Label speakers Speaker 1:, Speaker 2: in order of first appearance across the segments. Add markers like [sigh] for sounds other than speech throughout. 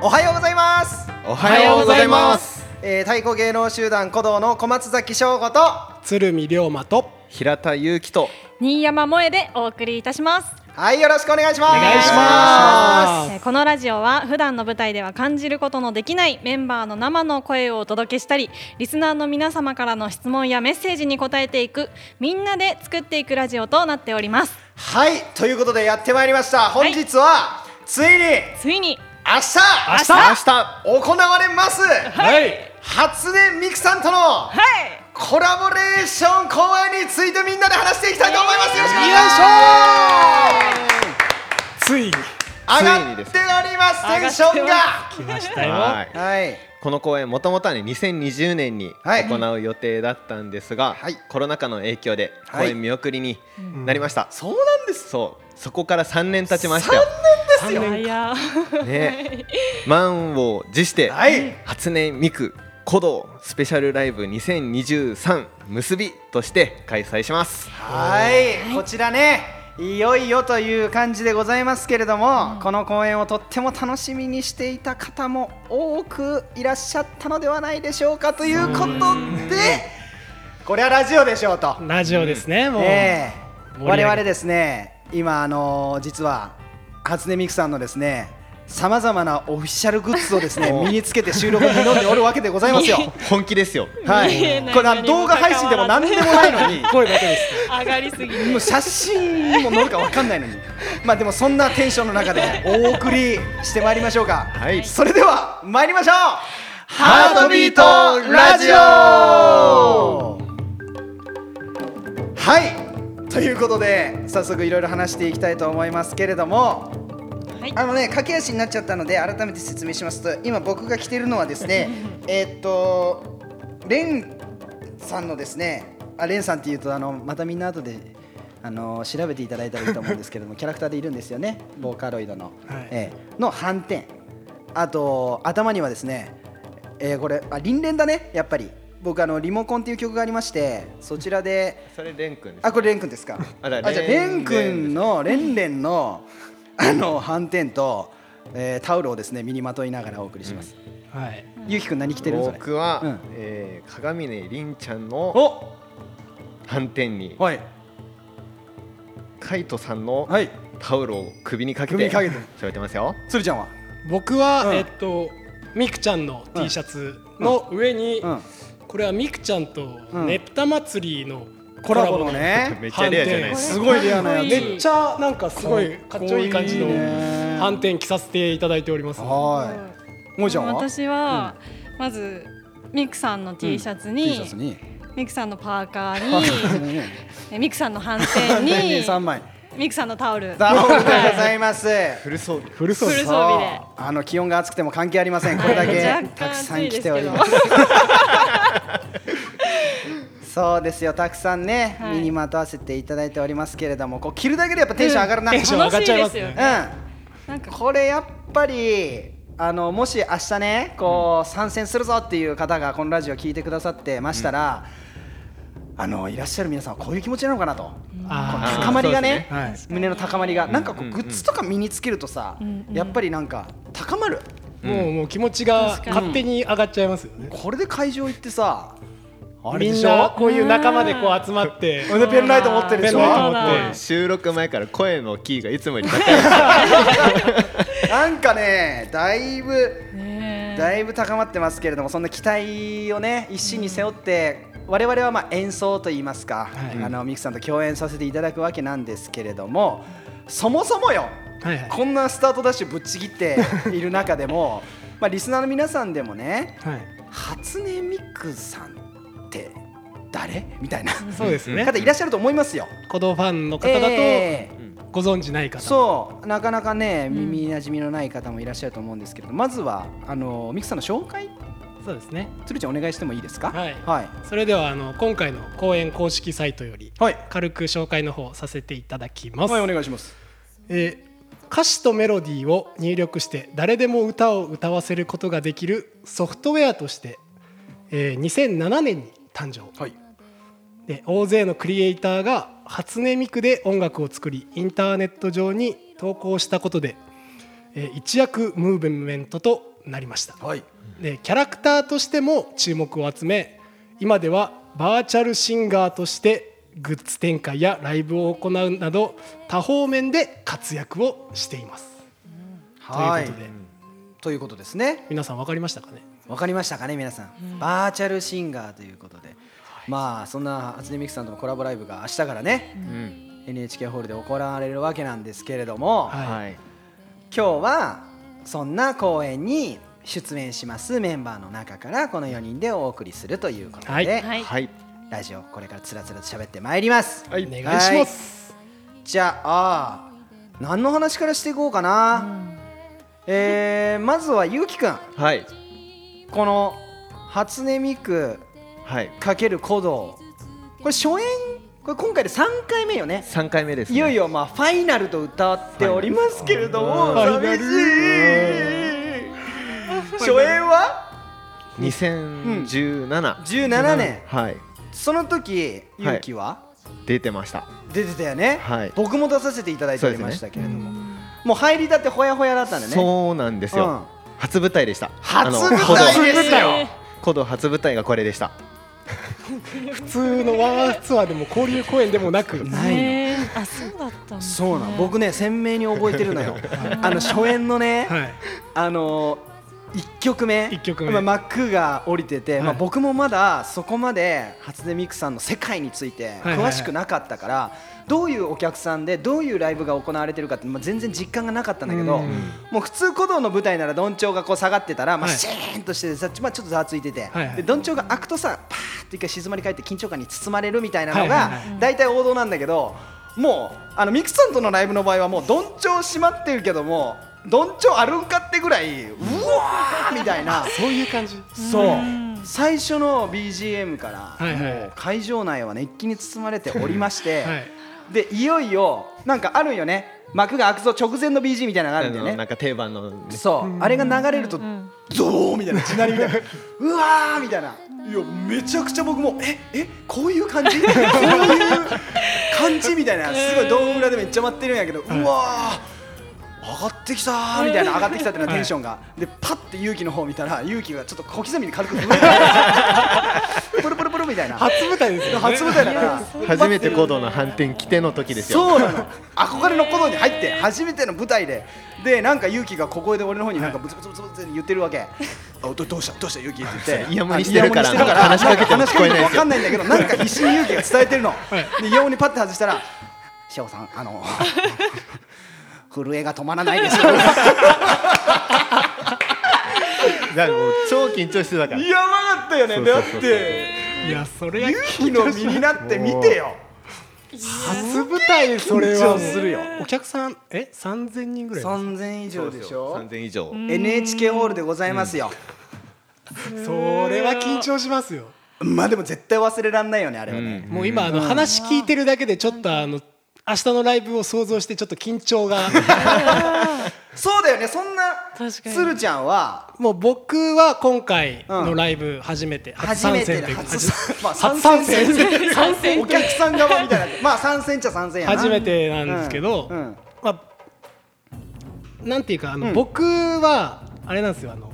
Speaker 1: おはようございます、
Speaker 2: お
Speaker 3: はようございます
Speaker 1: えー、太鼓芸能集団鼓動の小松崎翔吾とは
Speaker 4: 鶴見龍馬と
Speaker 2: 平田祐希と
Speaker 3: 新山萌えでお送りいたします
Speaker 1: いよろしくお願いしますお
Speaker 4: 願いしま
Speaker 3: えーこのラジオは普段の舞台では感じることのできないメンバーの生の声をお届けしたりリスナーの皆様からの質問やメッセージに答えていくみんなで作っていくラジオとなっております
Speaker 1: はいということでやってまいりました本日は、ついに
Speaker 3: ついに
Speaker 1: 明
Speaker 2: 明
Speaker 1: 日
Speaker 2: 日
Speaker 1: 行われます
Speaker 4: はい
Speaker 1: 初音ミクさんとの
Speaker 3: はい
Speaker 1: コラボレーション公演についてみんなで話していきたいと思います、よろしくお願いします
Speaker 4: ついに
Speaker 2: いしょ
Speaker 1: 上
Speaker 2: つい
Speaker 1: が
Speaker 2: に
Speaker 1: っ
Speaker 2: で
Speaker 1: てお
Speaker 2: す
Speaker 1: りますテンションが
Speaker 4: 来ましたよ
Speaker 2: はい
Speaker 1: はい
Speaker 2: この公演もともとはね2020年に
Speaker 1: はい
Speaker 2: 行う予定だったんですが、
Speaker 1: はい
Speaker 2: コロナ禍の影響で公
Speaker 1: はい
Speaker 2: 演見送りになりました、
Speaker 1: そうなんです
Speaker 2: そうそこから3年経ちましたよ
Speaker 4: 三
Speaker 3: いやい
Speaker 4: 年
Speaker 3: や
Speaker 2: ね、満を持して、
Speaker 1: はい
Speaker 2: 初音ミク鼓動スペシャルライブ2023結びとして開催します
Speaker 1: はい、こちらね、いよいよという感じでございますけれども、この公演をとっても楽しみにしていた方も多くいらっしゃったのではないでしょうかということで、これはラジオでしょうと、
Speaker 4: ラジオですねもう
Speaker 1: ええ我
Speaker 4: 盛り上げ
Speaker 1: 々ですね、今、あのー実は初音ミクさんのですね、さまざまなオフィシャルグッズをですね身につけて収録に挑んでおるわけでございますよ。
Speaker 2: [laughs] 本気ですよ
Speaker 1: は
Speaker 3: 見え
Speaker 1: い、
Speaker 3: ない
Speaker 1: これは動画配信でも何でもないのに、
Speaker 4: 声だけです
Speaker 3: 上がりすぎて
Speaker 1: もう写真にも載るかわかんないのにまあでもそんなテンションの中でお送りしてまいりましょうか、
Speaker 2: はい
Speaker 1: それでは参りましょう
Speaker 2: ハートビートラジオ
Speaker 1: はいということで早速いろいろ話していきたいと思いますけれども
Speaker 3: はい
Speaker 1: あのね駆け足になっちゃったので改めて説明しますと今僕が着てるのはですねえーっとレンさんのですねあレンさんっていうとあのまたみんな後であの調べていただいたらいいと思うんですけれどもキャラクターでいるんですよねボーカロイドの、
Speaker 4: はい
Speaker 1: ええの斑点あと頭にはですね、えーこれあ輪廻だねやっぱり僕あのリモコンっていう曲がありましてそちらで
Speaker 2: それレン君です
Speaker 1: あこれレン君ですか。
Speaker 2: あら
Speaker 1: あじゃあレ
Speaker 2: レ
Speaker 1: ン
Speaker 2: ン
Speaker 1: 君のレンレンのあの斑点と、えー、タオルをですね身にまといながらお送りします。
Speaker 4: はい
Speaker 1: ゆうきくん何着てるんそれ。
Speaker 2: 僕は、
Speaker 1: うん
Speaker 2: えー、鏡音凛ちゃんの
Speaker 1: お
Speaker 2: 反転に
Speaker 1: はい
Speaker 2: カイトさんの
Speaker 1: はい
Speaker 2: タオルを首にかけ
Speaker 1: 首
Speaker 2: て
Speaker 1: にかけて
Speaker 2: 喋ってます
Speaker 1: [laughs]
Speaker 2: よ
Speaker 1: 鶴ちゃんは。
Speaker 4: 僕は、
Speaker 1: うん
Speaker 4: えっとミクちゃんの T シャツの上に、
Speaker 1: うん
Speaker 4: これはミクちゃんと
Speaker 1: うん
Speaker 4: ねぷた祭りのコ
Speaker 1: コ
Speaker 4: ラ
Speaker 1: ラボ
Speaker 4: ボ
Speaker 1: の
Speaker 4: の
Speaker 1: ね。
Speaker 2: [laughs] めっちゃレアじゃないです
Speaker 1: すごいレアなやつ
Speaker 3: かっこい
Speaker 4: め
Speaker 3: い
Speaker 4: っちゃなんかすごいかっちょいい感じの
Speaker 1: かっこいいね
Speaker 4: 反転着させていただいております。
Speaker 1: は
Speaker 3: う
Speaker 1: い。もえちゃんは。
Speaker 3: 私は、まずミクさんの T シャツ
Speaker 1: T
Speaker 3: に,、
Speaker 1: シャツに。
Speaker 3: ミクさんのパーカ
Speaker 1: あ
Speaker 3: ーにえミクさんの反省
Speaker 1: ね
Speaker 3: に
Speaker 1: 三枚。
Speaker 3: ミクさんのタオル
Speaker 1: タオルでございます。
Speaker 2: フル装備
Speaker 4: フル装
Speaker 3: フル
Speaker 4: 備
Speaker 3: 装備で
Speaker 1: そうあの気温が暑くても関係ありません。これだ
Speaker 3: はい
Speaker 1: け
Speaker 3: 若
Speaker 1: たく
Speaker 3: 干
Speaker 1: さ
Speaker 3: 暑
Speaker 1: ん
Speaker 3: いで
Speaker 1: 来
Speaker 3: す
Speaker 1: て
Speaker 3: け
Speaker 1: お
Speaker 3: ど
Speaker 1: ります。そうですよたくさんね、
Speaker 3: はい
Speaker 1: 身にまとわせていただいておりますけれどもこう着るだけでやっぱテンション上がるな、う
Speaker 4: うんんテンション上がっちゃいますね
Speaker 3: 楽しですよなんか
Speaker 1: これやっぱりあのもし明日ねこう参戦するぞっていう方がこのラジオ聞いてくださってましたら、あのいらっしゃる皆さんはこういう気持ちなのかなと、
Speaker 4: あ
Speaker 1: 高まりがね
Speaker 2: あ
Speaker 4: ーはい
Speaker 1: 胸の高まりが、なんかこう
Speaker 2: うん
Speaker 1: グッズとか身につけるとさ、
Speaker 3: んうん
Speaker 1: やっぱりなんか高まる。
Speaker 4: もうもう気持ちが
Speaker 3: 確かに
Speaker 4: 勝手に上がっちゃいますよね。
Speaker 1: これで会場行ってさあれ
Speaker 4: み
Speaker 1: で
Speaker 4: ん
Speaker 1: し
Speaker 4: な
Speaker 1: ょ
Speaker 4: こういう仲間でこう集まって、
Speaker 1: 俺ペンライト持ってるでしょ
Speaker 4: ペンライ
Speaker 3: そう
Speaker 4: ト
Speaker 3: だ
Speaker 4: 持って
Speaker 2: 収録前から声のキーがいつもよ
Speaker 1: [laughs]
Speaker 2: り高い
Speaker 1: なんかねだいぶ
Speaker 3: ねえ
Speaker 1: だいぶ高まってますけれどもそんな期待をね一心に背負って我々はまあ演奏といいますか、
Speaker 4: はい
Speaker 1: あのミクさんと共演させていただくわけなんですけれどもそもそもよ
Speaker 4: はいはい
Speaker 1: こんなスタートダッシュぶっちぎっている中で
Speaker 4: [laughs]
Speaker 1: もまあリスナーの皆さんでもね
Speaker 4: はい、
Speaker 1: 初音ミクさんって誰みたいな
Speaker 4: そうですね。
Speaker 1: 方いらっしゃると思いますよ。
Speaker 4: 子供ファンの方だと
Speaker 1: ええ
Speaker 4: ご存知ない方。
Speaker 1: そうなかなかね耳なじみのない方もいらっしゃると思うんですけれど、まずはあのミクさんの紹介
Speaker 4: そうですね。
Speaker 1: つるちゃんお願いしてもいいですか
Speaker 4: はい
Speaker 1: はい
Speaker 4: それではあの今回の公演公式サイトより
Speaker 1: はい、
Speaker 4: 軽く紹介の方させていただきます、
Speaker 1: はいお願いします
Speaker 4: えー歌詞とメロディーを入力して誰でも歌を歌わせることができるソフトウェアとして、えー2007年に誕生
Speaker 1: はい
Speaker 4: で大勢のクリエイターが初音ミクで音楽を作りインターネット上に投稿したことで、えー一躍ムーブメントとなりました
Speaker 5: はい
Speaker 4: でキャラクターとしても注目を集め今ではバーチャルシンガーとしてグッズ展開やライブを行うなど多方面で活躍をしています。
Speaker 1: はい
Speaker 4: ということで
Speaker 1: ということですね
Speaker 4: 皆さん分かりましたかね
Speaker 1: わかりましたかね皆さんバーチャルシンガーということでまあそんな初音ミクさんとのコラボライブが明日からね
Speaker 2: うん、
Speaker 1: NHK ホールで行われるわけなんですけれども
Speaker 4: はい
Speaker 2: はい、
Speaker 1: 今日はそんな公演に出演しますメンバーの中からこの4人でお送りするということで、
Speaker 4: はい
Speaker 3: はい
Speaker 2: はい、
Speaker 1: ラジオこれからつらつらと喋ってまいります、
Speaker 2: はい
Speaker 4: お願いします。
Speaker 1: じゃあ何の話からしていこうかな、えーまずはゆうきくん
Speaker 2: はい、
Speaker 1: この初音ミク
Speaker 2: はい、
Speaker 1: ×鼓動これ初演これ今回で3回目よね
Speaker 2: 三回目です、
Speaker 1: い
Speaker 2: ね。
Speaker 1: よいよまあファイナルと歌っておりますけれども
Speaker 4: ファイナ
Speaker 1: 寂
Speaker 4: ル
Speaker 1: しい初演は
Speaker 2: 二千十七。
Speaker 1: 17年
Speaker 2: はい、
Speaker 1: その時ゆうきは
Speaker 2: 出てました。
Speaker 1: 出てたよね、
Speaker 2: はい
Speaker 1: 僕も出させていただいておりましたけれども、もう入りだってほやほやだったんでね
Speaker 2: そうなんですよ、
Speaker 1: うん
Speaker 2: 初舞台でした。
Speaker 1: 初舞
Speaker 2: あの
Speaker 1: 台
Speaker 2: 鼓動
Speaker 1: ですよ
Speaker 2: 鼓動初舞台がこれでした。
Speaker 4: 普通のワンアーツツアーでも交流公演でもなく、
Speaker 1: ないの
Speaker 3: へーあそうだったんだ
Speaker 1: そうなの僕ね鮮明に覚えてる
Speaker 4: [laughs]
Speaker 1: のよあの初演のね、
Speaker 4: はい、
Speaker 1: あの1曲目
Speaker 4: 一曲目
Speaker 1: まあ、幕が降りてて、
Speaker 4: はい
Speaker 1: まあ、僕もまだそこまで初音ミクさんの世界について
Speaker 4: はいはいはい
Speaker 1: 詳しくなかったから、どういうお客さんでどういうライブが行われてるかって、まあ、全然実感がなかったんだけど
Speaker 4: うん
Speaker 1: もう普通鼓動の舞台ならどんちょうがこう下がってたら、まあ、
Speaker 4: はい
Speaker 1: シーンとしてざ、まあ、ちょっとざわついてて、
Speaker 4: はいはい
Speaker 1: でどんちょうが開くとさパーッと一回静まり返って緊張感に包まれるみたいなの
Speaker 4: はい
Speaker 1: が
Speaker 4: はいはい
Speaker 1: 大体王道なんだけどもうあのミクさんとのライブの場合はもうどんちょう閉まってるけどもどんちょうあるんかってぐらいうわーみたいな
Speaker 4: そういう感じ。
Speaker 1: そう最初の BGM から、
Speaker 4: はいはい
Speaker 1: もう会場内は熱気に包まれておりまして、
Speaker 4: はい、
Speaker 1: でいよいよなんかあるよね幕が開くぞ直前の BG みたいなのがあるんだよ
Speaker 2: のなん
Speaker 1: ね。
Speaker 2: か定番の、ね、
Speaker 1: そうあれが流れるとゾーみたいな地鳴りみたい [laughs] なうわーみたいないやめちゃくちゃ僕もええこういう感じこういう感じみたいなすごいドーム裏でめっちゃ待ってるんやけど、うわー上がってきたーみたいな上がってきたってなテンションが、でパッて勇気の方見たら勇気がちょっと小刻みに [laughs] 軽く震えてるプルプルプルみたいな
Speaker 4: 初舞台ですよ、ね。
Speaker 1: 初舞台だから
Speaker 2: 初めて鼓動の反転規定の時ですよ。
Speaker 1: そうなの憧れの鼓動に入って初めての舞台ででなんか勇気が小声で俺の方になんかブツブツブツブツって言ってるわけ、あどどうしたどうした勇気って言って
Speaker 2: イヤモニしてるから
Speaker 1: イヤモニして
Speaker 2: 話しかけても
Speaker 1: なんか話し
Speaker 2: 聞
Speaker 1: かけ
Speaker 2: こ
Speaker 1: て
Speaker 2: えない
Speaker 1: も分
Speaker 2: です
Speaker 1: か
Speaker 2: よ
Speaker 1: んないんだけどなんか必死に勇気が伝えてるの、でイヤモニパッて外したら「翔さんあの震えが止まらないですよ」
Speaker 2: だからもう超緊張してたから。
Speaker 1: やばかったよね
Speaker 2: そうそうそう
Speaker 1: だ
Speaker 2: そう
Speaker 1: って
Speaker 4: いや、それは
Speaker 1: 勇気の身になって見てよ
Speaker 4: 初舞台、それはも
Speaker 1: 緊
Speaker 4: う。
Speaker 1: 張するよ
Speaker 4: お客さん、え、三千人ぐらい。
Speaker 1: 3000以上でしょ
Speaker 2: 三千以上。
Speaker 1: NHK ホールでございますよ、
Speaker 4: それは緊張しますよ。
Speaker 1: まあでも絶対忘れられないよねあれはね、
Speaker 4: もう今あの話聞いてるだけでちょっとあの明日のライブを想像してちょっと緊
Speaker 1: [laughs]
Speaker 4: 張が
Speaker 1: そうだよねそんな
Speaker 3: 確かに
Speaker 1: つるちゃんは
Speaker 4: もう僕は今回のライブ初めて初
Speaker 1: 初
Speaker 4: 参
Speaker 1: め
Speaker 4: 戦
Speaker 1: て
Speaker 4: と
Speaker 1: で
Speaker 4: いうか
Speaker 1: 初
Speaker 4: 初
Speaker 1: 参まあ
Speaker 4: 初
Speaker 1: 参
Speaker 4: 参
Speaker 1: 戦
Speaker 4: 戦
Speaker 3: 参戦
Speaker 1: お客さん側みたいなまあ参戦っちゃ参戦やな
Speaker 4: 初めてなんですけど
Speaker 1: うんうん
Speaker 4: まあなんていうかあ
Speaker 1: う
Speaker 4: の
Speaker 1: ん
Speaker 4: 僕はあれなんですよあの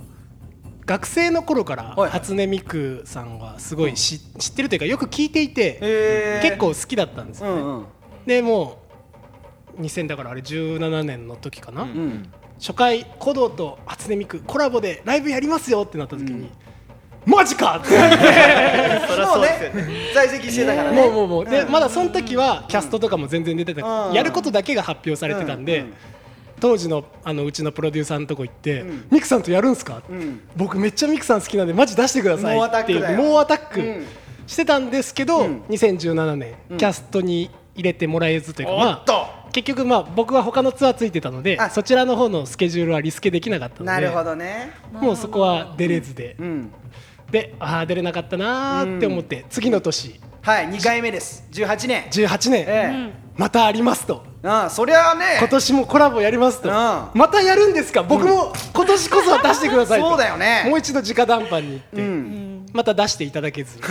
Speaker 4: 学生の頃から
Speaker 1: はい
Speaker 4: 初音ミクさんはすごいし知ってるというかよく聞いていて
Speaker 1: へー
Speaker 4: 結構好きだったんです
Speaker 1: う
Speaker 4: よね
Speaker 1: んうん
Speaker 4: でもう2000だからあれ17年の時かな、
Speaker 1: うん
Speaker 4: 初回鼓動と初音ミクコラボでライブやりますよってなった時に、マジかってなって
Speaker 1: そうね在籍してたからね
Speaker 4: もうもうもう、でまだその時はキャストとかも全然出てた、
Speaker 1: うん
Speaker 4: やることだけが発表されてたんで、
Speaker 1: うんうん
Speaker 4: 当時のあのうちのプロデューサーのとこ行って、
Speaker 1: ん
Speaker 4: ミクさんとやるんすか、
Speaker 1: ん
Speaker 4: 僕めっちゃミクさん好きなんでマジ出してください
Speaker 1: 猛アタッ
Speaker 4: っ
Speaker 1: ク
Speaker 4: て
Speaker 1: だ
Speaker 4: い
Speaker 1: よ
Speaker 4: う猛アタック
Speaker 1: うん
Speaker 4: してたんですけど、
Speaker 1: ん
Speaker 4: 2017年、キャストに入れてもらえずというか、まあ、結局まあ僕は他のツアーついてたので
Speaker 1: あ
Speaker 4: そちらの方のスケジュールはリスケできなかったので
Speaker 1: なるほどね
Speaker 4: もうそこは出れずで、
Speaker 1: うん
Speaker 4: でああ出れなかったなーって思って、次の年
Speaker 1: はい二回目です18年
Speaker 4: 18年、
Speaker 1: え
Speaker 4: またありますと
Speaker 1: えああそりゃあね
Speaker 4: 今年もコラボやりますと、
Speaker 1: うん
Speaker 4: またやるんですか僕も今年こそは出してくださいと
Speaker 1: そうだよね
Speaker 4: もう一度直談判に行って、
Speaker 1: うん
Speaker 4: また出していただけず
Speaker 1: 二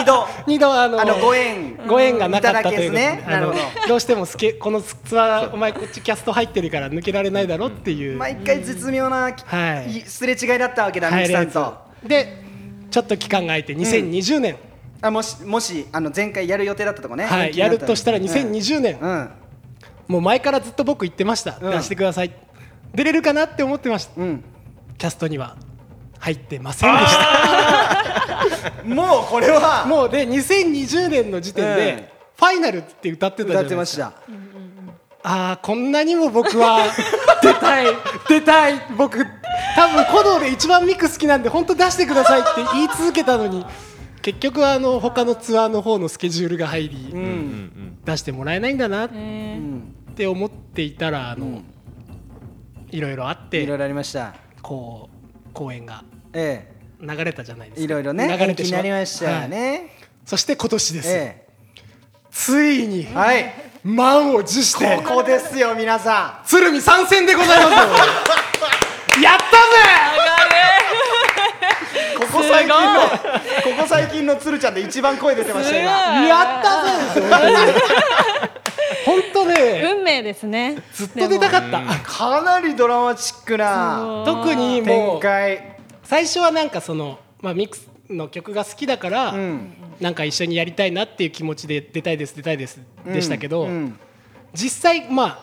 Speaker 1: 二度
Speaker 4: 二度あ
Speaker 1: [laughs]
Speaker 4: の
Speaker 1: あのご縁
Speaker 4: ご縁がなかったということ
Speaker 1: いただけずね
Speaker 4: あの
Speaker 1: なるほ
Speaker 4: どうしてもスケこのツアーお前こっちキャスト入ってるから抜けられないだろっていう、
Speaker 1: 毎回絶妙な、
Speaker 4: はい
Speaker 1: すれ違いだったわけだ、ミ
Speaker 4: 入
Speaker 1: キ
Speaker 4: れ
Speaker 1: さ
Speaker 4: ず
Speaker 1: んと。
Speaker 4: でちょっと期間が空いて2020年、
Speaker 1: あもしもしあの前回やる予定だったとこね、
Speaker 4: は
Speaker 1: 延期
Speaker 4: い、
Speaker 1: に
Speaker 4: や
Speaker 1: な
Speaker 4: る
Speaker 1: った
Speaker 4: としたら2020年、
Speaker 1: うん、うん
Speaker 4: もう前からずっと僕言ってました、
Speaker 1: うん
Speaker 4: 出してください出れるかなって思ってました
Speaker 1: うん
Speaker 4: キャストには入ってませんでした
Speaker 1: もうこれ
Speaker 4: [laughs]
Speaker 1: は
Speaker 4: もうで2020年の時点
Speaker 1: う
Speaker 4: で、
Speaker 1: ん
Speaker 4: ファイナルって歌ってたじ
Speaker 1: 歌
Speaker 4: ゃな
Speaker 1: っ
Speaker 4: い
Speaker 1: て
Speaker 4: で
Speaker 1: ますし
Speaker 4: か
Speaker 1: た
Speaker 4: ああこんなにも
Speaker 1: [laughs]
Speaker 4: 僕は出たい出たい僕多分鼓動で一番ミク好きなんで本当出してくださいって言い続けたのに結局あの他のツアーの方のスケジュールが入り、
Speaker 1: うん、
Speaker 4: 出してもらえないんだなっ
Speaker 3: えー
Speaker 4: て思っていたらあの、いろいろあっ
Speaker 1: いろい
Speaker 4: て
Speaker 1: ろありました
Speaker 4: こう公演が
Speaker 1: え
Speaker 4: 流れたじゃないで
Speaker 1: え
Speaker 4: すか
Speaker 1: いろいろね
Speaker 4: 流れ
Speaker 1: 延期
Speaker 4: て
Speaker 1: に
Speaker 4: しま
Speaker 1: な
Speaker 4: っ
Speaker 1: りましたよ
Speaker 4: はい
Speaker 1: ね、
Speaker 4: そして今年です、
Speaker 1: え
Speaker 4: ついに、
Speaker 1: えはい
Speaker 4: 満を持して
Speaker 1: ここですよ皆さ
Speaker 4: 鶴見参戦でございますやったぜ
Speaker 1: んここ最近のここ最近の鶴ちゃんで一番声出てましたよ今
Speaker 4: やったぜですよ本当ね
Speaker 3: 運命ですね
Speaker 4: ずっと出たかった
Speaker 1: かなりドラマチックな
Speaker 3: そう
Speaker 4: 特にも
Speaker 1: 展
Speaker 4: う
Speaker 1: 開
Speaker 4: 最初はなんかその、まあ、ミックスの曲が好きだから、
Speaker 1: ん
Speaker 4: なんか一緒にやりたいなっていう気持ちで出たいです出たいですでしたけど、
Speaker 1: うんうん
Speaker 4: 実際まあ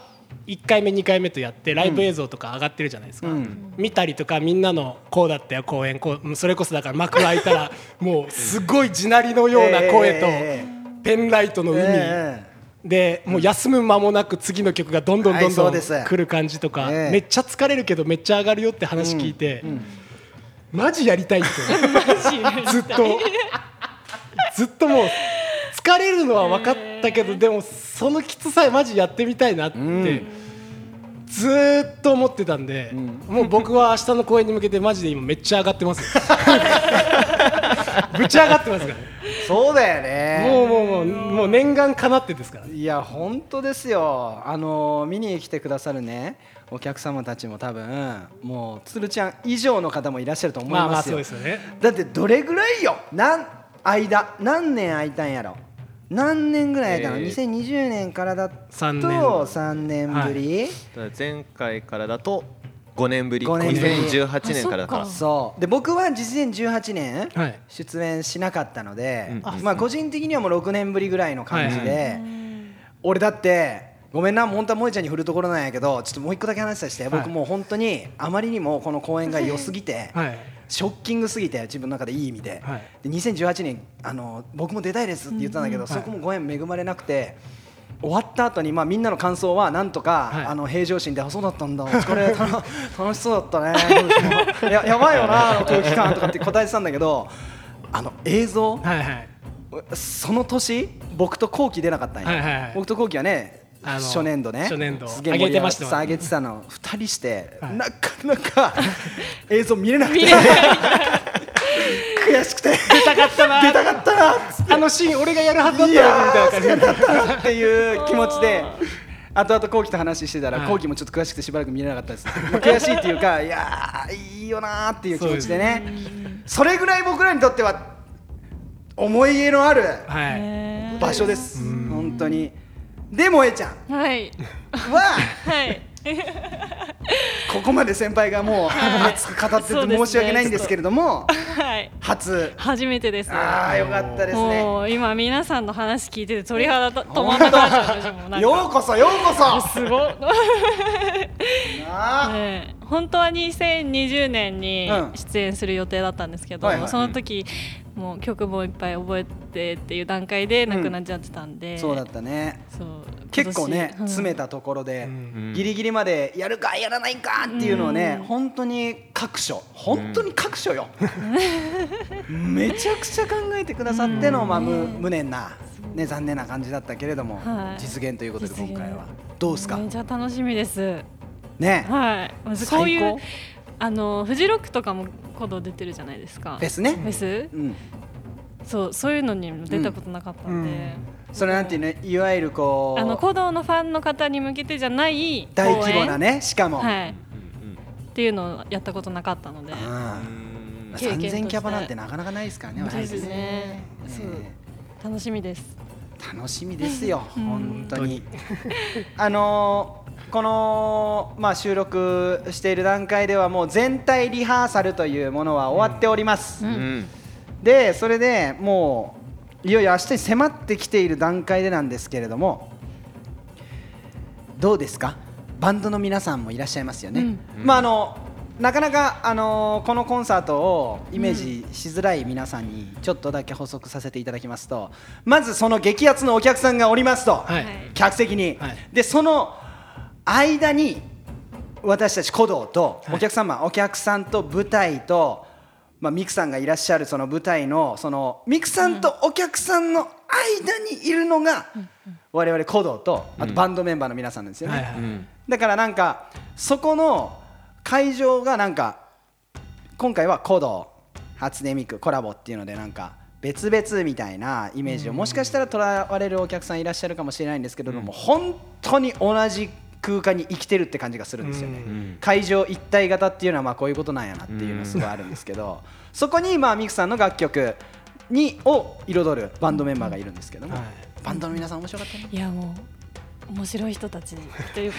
Speaker 4: 1回目2回目とやってライブ映像とか上がってるじゃないですか、
Speaker 1: ん
Speaker 4: 見たりとかみんなのこうだったよ公演こうそれこそだから幕が開い
Speaker 1: [laughs]
Speaker 4: たらもうすごい地鳴りのような声と、
Speaker 1: ええ
Speaker 4: ペンライトの海、
Speaker 1: え
Speaker 4: でもう休む間もなく次の曲がどんどんどんど
Speaker 1: はいそうんです
Speaker 4: 来る感じとか、
Speaker 1: ええ
Speaker 4: めっちゃ疲れるけどめっちゃ上がるよって話聞いて、マジやりたいってずっとずっともう疲れるのは分かったけど、でもそのきつさえマジやってみたいなって、ずーっと思ってたんで、もう僕は明日の公演に向けてマジで今めっちゃ上がっ
Speaker 1: [laughs]
Speaker 4: てますよぶち上がってますからね、
Speaker 1: えそうだよね
Speaker 4: もうもうもうもう念願かなってですからね
Speaker 1: いや本当ですよあの見に来てくださるねお客様たちも多分もうつるちゃん以上の方もいらっしゃると思い
Speaker 4: まあま
Speaker 1: ま
Speaker 4: あ
Speaker 1: す
Speaker 4: そ
Speaker 1: よ
Speaker 4: うですよね
Speaker 1: だってどれぐらいよ何間何年空いたんやろ何年ぐらい空いたの、
Speaker 2: えー
Speaker 1: 2020年からだと
Speaker 4: 三年
Speaker 1: 3年ぶり、
Speaker 2: だから前回からだと5年ぶり
Speaker 1: 5年ぶり
Speaker 2: 2018年からだから
Speaker 3: あそっ
Speaker 1: そうで僕は2018年
Speaker 4: はい
Speaker 1: 出演しなかったので、
Speaker 2: うん
Speaker 1: まあ個人的にはもう6年ぶりぐらいの感じで、
Speaker 4: は
Speaker 1: 俺だってごめんな本当は萌ちゃんに振るところなんやけどちょっともう一個だけ話させて、
Speaker 4: はい
Speaker 1: 僕もう本当にあまりにもこの公演が良すぎて、
Speaker 4: はい
Speaker 1: ショッキングすぎて自分の中でいい意味で,、
Speaker 4: はい
Speaker 1: で2018年あの僕も出たいですって言ったんだけど、
Speaker 4: ん
Speaker 1: そこもご縁恵まれなくて。終わった後にまあみんなの感想はなんとか、
Speaker 4: はい
Speaker 1: あの平常心であそうだったんだお疲れたの [laughs] 楽しそうだったねどう [laughs] でしょうややばいよなあの空気感とかって答えてたんだけどあの映像
Speaker 4: はいはい
Speaker 1: その年僕と後期出なかったんや、
Speaker 4: はいはいはい
Speaker 1: 僕と後期はね
Speaker 4: あの
Speaker 1: 初年度ね
Speaker 4: 初年度
Speaker 1: すげえ盛り上がって
Speaker 4: 上げてましたもんね
Speaker 1: さあ上げてたの2人して、
Speaker 4: はい
Speaker 1: なかな
Speaker 4: [laughs]
Speaker 1: か映像見れなくて
Speaker 3: 見れな
Speaker 1: 悔しくて
Speaker 4: 出たかったな
Speaker 1: 出たかったな
Speaker 4: あのシーン俺がやるはずだっ
Speaker 1: い
Speaker 4: たのにみた
Speaker 1: や
Speaker 4: い
Speaker 1: ー
Speaker 4: な感じ
Speaker 1: 好きだったなっていう気持ちで後々後期と話してたら
Speaker 4: はい
Speaker 1: 後期もちょっと詳しくてしばらく見れなかったです、まあ悔しいっていうかいやーいいよなーっていう気持ちでねそれぐらい僕らにとっては思い入れのある
Speaker 4: はい
Speaker 3: え
Speaker 1: 場所です本当にで萌えちゃん
Speaker 3: ーはい [laughs]
Speaker 1: は
Speaker 3: はい
Speaker 1: ここまで先輩がもう熱く語ってて
Speaker 3: そうですね
Speaker 1: 申し訳ないんですけれども
Speaker 3: はい
Speaker 1: 初
Speaker 3: 初めてです
Speaker 1: ああよかったですね
Speaker 3: もう今皆さんの話聞いてて鳥肌と止まんなくなっちゃう私もなんか
Speaker 1: ようこそようこそ
Speaker 3: すごっ
Speaker 1: なあ
Speaker 3: ねえ本当は2020年に
Speaker 1: うん
Speaker 3: 出演する予定だったんですけど、
Speaker 1: はいはい
Speaker 3: その時、もう曲もいっぱい覚えてっていう段階でなくなっちゃってたんで、
Speaker 1: そうだったね
Speaker 3: そう
Speaker 1: 結構ね
Speaker 3: 今年
Speaker 1: 詰めたところで
Speaker 4: ん
Speaker 1: ギリギリまでやるかやらないかっていうのをね本当に各所本当に各所
Speaker 3: [laughs]
Speaker 1: よめちゃくちゃ考えてくださってのまあむ無念なね残念な感じだったけれども
Speaker 3: はい
Speaker 1: 実現ということで
Speaker 3: 実現
Speaker 1: 今回はどうですか
Speaker 3: めちゃ楽しみです
Speaker 1: ね
Speaker 3: はいまず
Speaker 1: 最高
Speaker 3: こういうあのフジロックとかも今度出てるじゃないですか
Speaker 1: フェスね
Speaker 3: フェス
Speaker 1: うん
Speaker 3: そうそういうのにも出たことなかったんで、
Speaker 1: それなんていうねいわゆるこ
Speaker 3: あの
Speaker 1: う
Speaker 3: 行動のファンの方に向けてじゃない
Speaker 1: 大規模な
Speaker 3: ね
Speaker 1: ねしかも
Speaker 3: はいっていうのをやったことなかったので
Speaker 1: うんまあ
Speaker 3: 経験として
Speaker 1: 3000キャパなんてなかなかないですからね。
Speaker 3: そう
Speaker 1: 我々
Speaker 3: ですね。そう
Speaker 1: え
Speaker 3: 楽しみです。
Speaker 1: え楽しみですよ、本当に。 [laughs] あのーこの、まあ、収録している段階ではもう全体リハーサルというものは終わっております、
Speaker 3: うん
Speaker 2: うん
Speaker 1: でそれでもういよいよ明日に迫ってきている段階でなんですけれどもどうですかバンドの皆さんもいらっしゃいますよね、
Speaker 2: うん
Speaker 1: まああのなかなか、あのこのコンサートをイメージしづらい皆さんにちょっとだけ補足させていただきますとまずその激アツのお客さんがおりますと、
Speaker 4: はい
Speaker 3: はい
Speaker 1: 客席に、
Speaker 4: はい
Speaker 1: でその間に私たち鼓動と
Speaker 4: はい
Speaker 1: お客様、お客さんと舞台と、まあ、ミクさんがいらっしゃるその舞台のそのミクさんとお客さんの間にいるのが、我々鼓動とあとバンドメンバーの皆さんなんですよね、
Speaker 4: はいは
Speaker 2: う
Speaker 4: い
Speaker 2: ん
Speaker 1: だからなんかそこの会場がなんか今回は鼓動初音ミクコラボっていうのでなんか別々みたいなイメージをもしかしたらとらわれるお客さんいらっしゃるかもしれないんですけれども本当に同じ空間に生きてるって感じがするんですよね
Speaker 4: う
Speaker 1: 会場一体型っていうのはまあこういうことなんやなっていうのすごいあるんですけどそこにまあミクさんの楽曲にを彩るバンドメンバーがいるんですけども
Speaker 4: はい
Speaker 1: バンドの皆さん面白かったね
Speaker 3: いやもう面白い人たちと
Speaker 1: [laughs]
Speaker 3: いうか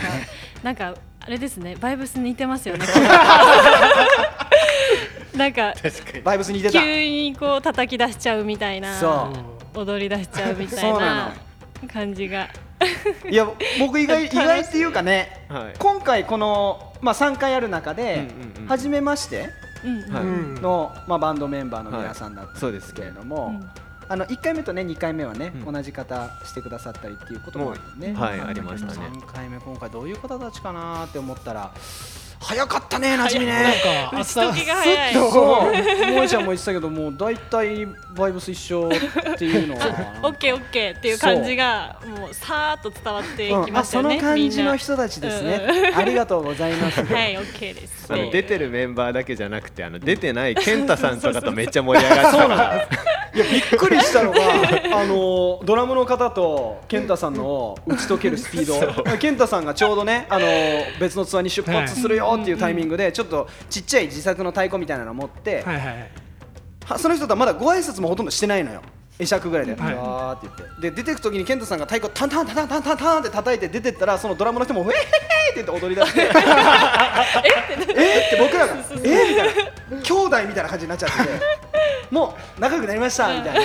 Speaker 3: なんかあれですねバイブス似てますよねなんか
Speaker 1: バイブス似てた
Speaker 3: 急にこう叩き出しちゃうみたいな
Speaker 1: そう
Speaker 3: 踊り出しちゃうみたい
Speaker 1: そう
Speaker 3: な
Speaker 1: な
Speaker 3: 感じが
Speaker 1: いや僕意外意
Speaker 3: 楽しい
Speaker 1: 外っていうかね、
Speaker 2: はい
Speaker 1: 今回この、まあ、3回ある中で、
Speaker 2: うんうんうん
Speaker 1: 初めまして
Speaker 3: うんうん
Speaker 2: はい
Speaker 4: うん
Speaker 1: の、まあ、バンドメンバーの皆さんだっ
Speaker 2: はい
Speaker 1: た
Speaker 2: そ
Speaker 1: ん
Speaker 2: う
Speaker 1: で
Speaker 2: ですすね
Speaker 1: けれども、
Speaker 3: うん
Speaker 1: あの1回目と、ね、2回目はね、
Speaker 2: うん
Speaker 1: 同じ方してくださったりっていうこともあるよね、
Speaker 2: もうはい
Speaker 1: だけど
Speaker 2: ありましたね
Speaker 1: 3回目今回どういう方たちかなって思ったら早かったねなじみ
Speaker 4: なん
Speaker 1: ね。
Speaker 4: か
Speaker 3: 打ち
Speaker 4: 朝
Speaker 3: 解けが早い
Speaker 1: そう萌えちゃんも言ってたけどもう大体バイブス一緒っていう
Speaker 2: [laughs]
Speaker 1: のは
Speaker 3: オッケーオッケーっていう感じがもうさーっと伝わっていき
Speaker 1: うんあ
Speaker 3: ます
Speaker 1: そ
Speaker 3: よね、
Speaker 1: の感じの
Speaker 3: みん
Speaker 1: 人たちですね、
Speaker 3: う
Speaker 1: ありがとうございます
Speaker 3: なはいオッケーです
Speaker 2: あの
Speaker 3: そ
Speaker 2: 出
Speaker 3: う
Speaker 2: てるメンバーだけじゃなくてあの出てない健太さんとかとめっちゃ盛り上がってたから
Speaker 1: いやびっくりしたのがあのドラムの方と健太さんの打ち解けるスピード健太さんがちょうどねあの別のツアーに出発するよっていうタイミングでちょっとちっちゃい自作の太鼓みたいなの持って、
Speaker 4: はいはいはい
Speaker 1: はその人とはまだご挨拶もほとんどしてないのよ会釈ぐらいで「
Speaker 4: はい
Speaker 1: あーって言ってで出てく時に健太さんが太鼓タンタンタンタンタンタンタンって叩いて出てったらそのドラムの人も「ウェーって言って踊り出 [laughs] して「えっ?」って僕らが「えっ?」みたいな兄弟みたいな感じになっちゃっててもう仲良くなりましたみたいな。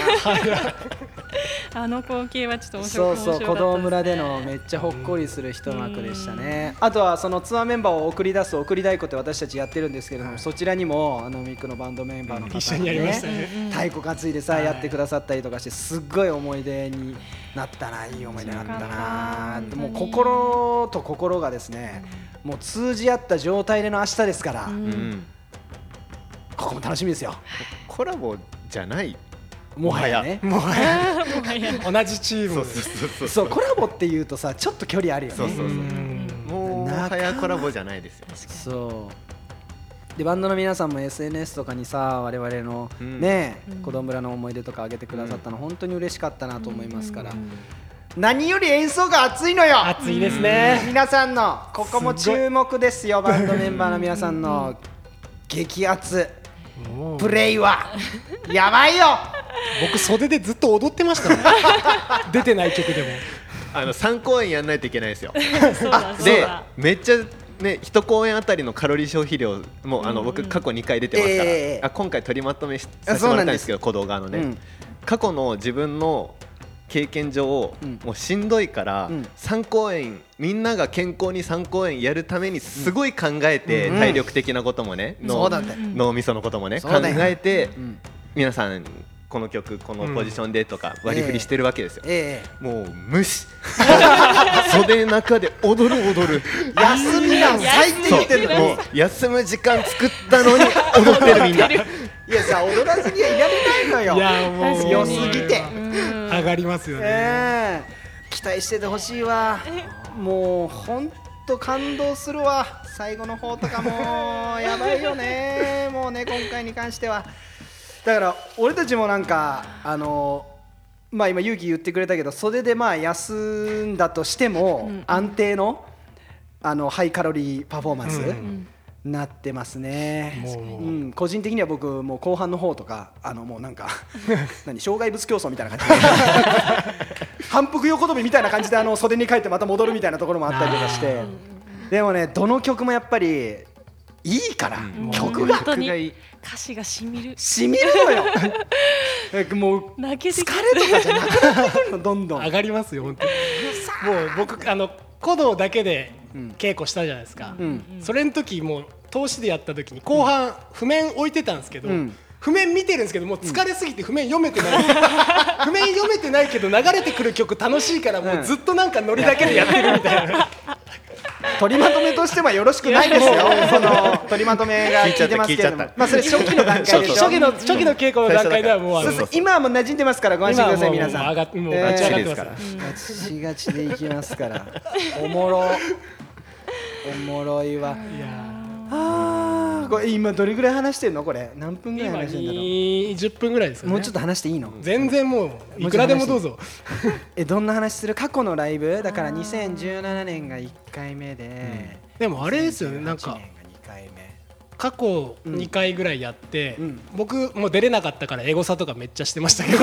Speaker 3: あの光景はちょっと面
Speaker 1: そ
Speaker 3: 白
Speaker 1: う
Speaker 3: い
Speaker 1: そう、子供村でのめっちゃほっこりする一幕でしたね。あとはそのツアーメンバーを送り出す送り太鼓って私たちやってるんですけれども、そちらにもあのミクのバンドメンバーの方がね
Speaker 4: 一緒にやりましたね
Speaker 1: 太鼓担いでさ
Speaker 4: はい
Speaker 1: やってくださったりとかして、すっごい思い出になったな、いい思い出になったな。
Speaker 3: 面白かった
Speaker 1: もう心と心がですね、もう通じ合った状態での明日ですから、
Speaker 2: うん
Speaker 1: ここも楽しみですよ。
Speaker 2: コラボじゃない
Speaker 1: もはやね。
Speaker 4: もうね
Speaker 3: もはや
Speaker 4: 同じチームで
Speaker 2: そうそ
Speaker 1: そうコラボっていうとさ、ちょっと距離あるよね。
Speaker 2: そうそうそう
Speaker 4: うん
Speaker 2: もうもはやコラボじゃないですよ
Speaker 1: そうでバンドの皆さんも SNS とかにさ我々の
Speaker 2: うん
Speaker 1: ね、
Speaker 3: うん
Speaker 1: 子供村の思い出とか上げてくださったの、本当に嬉しかったなと思いますから、
Speaker 2: ん
Speaker 1: 何より演奏が熱いのよ
Speaker 4: 熱いですね
Speaker 1: 皆さんのここも注目ですよバンドメンバーの皆さんの激熱
Speaker 4: もう
Speaker 1: プレイはやばいよ
Speaker 4: 僕袖でずっと踊ってましたね出てない曲でも
Speaker 2: あの3公演やんないといけないですよ
Speaker 3: そうだそう
Speaker 2: で
Speaker 3: だ
Speaker 2: めっちゃね一公演あたりのカロリー消費量もうあの僕過去2回出てますから、
Speaker 1: ええ
Speaker 2: あ今回取りまとめしさせてもらったんですけど小動画のね、
Speaker 1: うん
Speaker 2: 過去の自分の経験上、
Speaker 1: うん
Speaker 2: もうしんどいから、
Speaker 1: うん
Speaker 2: 3公演みんなが健康に3公演やるためにすごい考えて、
Speaker 1: うん
Speaker 2: 体力的なこともね、
Speaker 1: うん
Speaker 2: 脳
Speaker 1: そうだね
Speaker 2: 脳みそのこともね
Speaker 1: そ
Speaker 2: 考
Speaker 1: うだよ
Speaker 2: えて、
Speaker 1: うん
Speaker 2: 皆さんこの曲このポジションでとか割り振りしてるわけですよ、
Speaker 1: え
Speaker 2: もう無視 [laughs] 袖の中で踊る踊る
Speaker 1: え休みなん最低
Speaker 2: そ
Speaker 1: 言ってんの
Speaker 2: うもう休む時間作っ
Speaker 1: [laughs]
Speaker 2: たのに踊ってるみんな
Speaker 1: いやさ踊らずにはいられないのよ
Speaker 4: いやもう
Speaker 1: 良すぎて
Speaker 3: [laughs] うん
Speaker 4: 上がりますよね
Speaker 1: ええ期待しててほしいわもうほんと感動するわ最後の方とかも [laughs] うやばいよねもうね今回に関してはだから俺たちもなんかあのまあ今勇気言ってくれたけど袖でまあ休んだとしても安定のあのハイカロリーパフォーマンス、
Speaker 4: うん
Speaker 1: なってますね
Speaker 4: もう
Speaker 1: うん、個人的には僕もう後半の方とかあのもうなん [laughs] か何障害物競争みたいな感じで反復横跳びみたいな感じであの袖に帰ってまた戻るみたいなところもあったりとかしてでもねどの曲もやっぱりいいから、
Speaker 3: もう
Speaker 1: 曲が
Speaker 3: 本当に
Speaker 2: 曲がいい
Speaker 3: 歌詞がしみる
Speaker 1: しみるのよえもう
Speaker 3: 泣けてき
Speaker 1: 疲
Speaker 3: た
Speaker 1: れとかじゃなくなってくるのどんどん
Speaker 4: 上がりますよ本当にもう僕あの鼓動だけで稽古したじゃないですか、
Speaker 1: うん
Speaker 4: それの時もう通しでやった時に後半譜面置いてたんですけど、
Speaker 1: うん
Speaker 4: 譜面見てるんですけどもう疲れすぎて譜面読めてない、 [laughs] 譜面読めてないけど流れてくる曲楽しいからもうずっとなんかノリだけでやってるみたいな、
Speaker 1: 取りまとめとしてはよろしくないですよその取りまとめが
Speaker 2: 聞いち
Speaker 1: 聞
Speaker 2: ゃ
Speaker 1: い
Speaker 2: って
Speaker 1: ますけれど
Speaker 2: た聞いちゃ
Speaker 1: も
Speaker 2: った
Speaker 1: まあそれ初期の段階でしょ
Speaker 2: そう
Speaker 4: 初期の初期の稽古の段階ではもうあ
Speaker 1: そ
Speaker 4: の
Speaker 1: うそう今はもう馴染んでますからご安心く
Speaker 4: 今
Speaker 1: だ
Speaker 4: はも
Speaker 1: さいう皆さん
Speaker 4: 上がってもう
Speaker 1: えー
Speaker 4: 立ち上がって
Speaker 2: で
Speaker 4: ま
Speaker 2: か
Speaker 4: すすから
Speaker 2: ら
Speaker 1: ガチガチでいきますから。おもろ。おもろいわ。
Speaker 4: いや
Speaker 1: ああ、これ今どれぐらい話してんのこれ？何分ぐ
Speaker 4: ー
Speaker 1: らい
Speaker 4: 今
Speaker 1: 話してんだろ
Speaker 4: 20分ぐらいです
Speaker 1: う。
Speaker 4: かね
Speaker 1: もうちょっと話していいの？
Speaker 4: 全然もういくらでもどうぞ
Speaker 1: えどんな話する？過去のライブ？だから2017年が1回目で、
Speaker 4: でもあれですよねなん
Speaker 1: 2018
Speaker 4: か
Speaker 1: 年が2回目。
Speaker 4: 過去2回ぐらいやって、
Speaker 1: うん
Speaker 4: 僕もう出れなかったからエゴサとかめっちゃしてましたけ
Speaker 1: [laughs]
Speaker 4: ど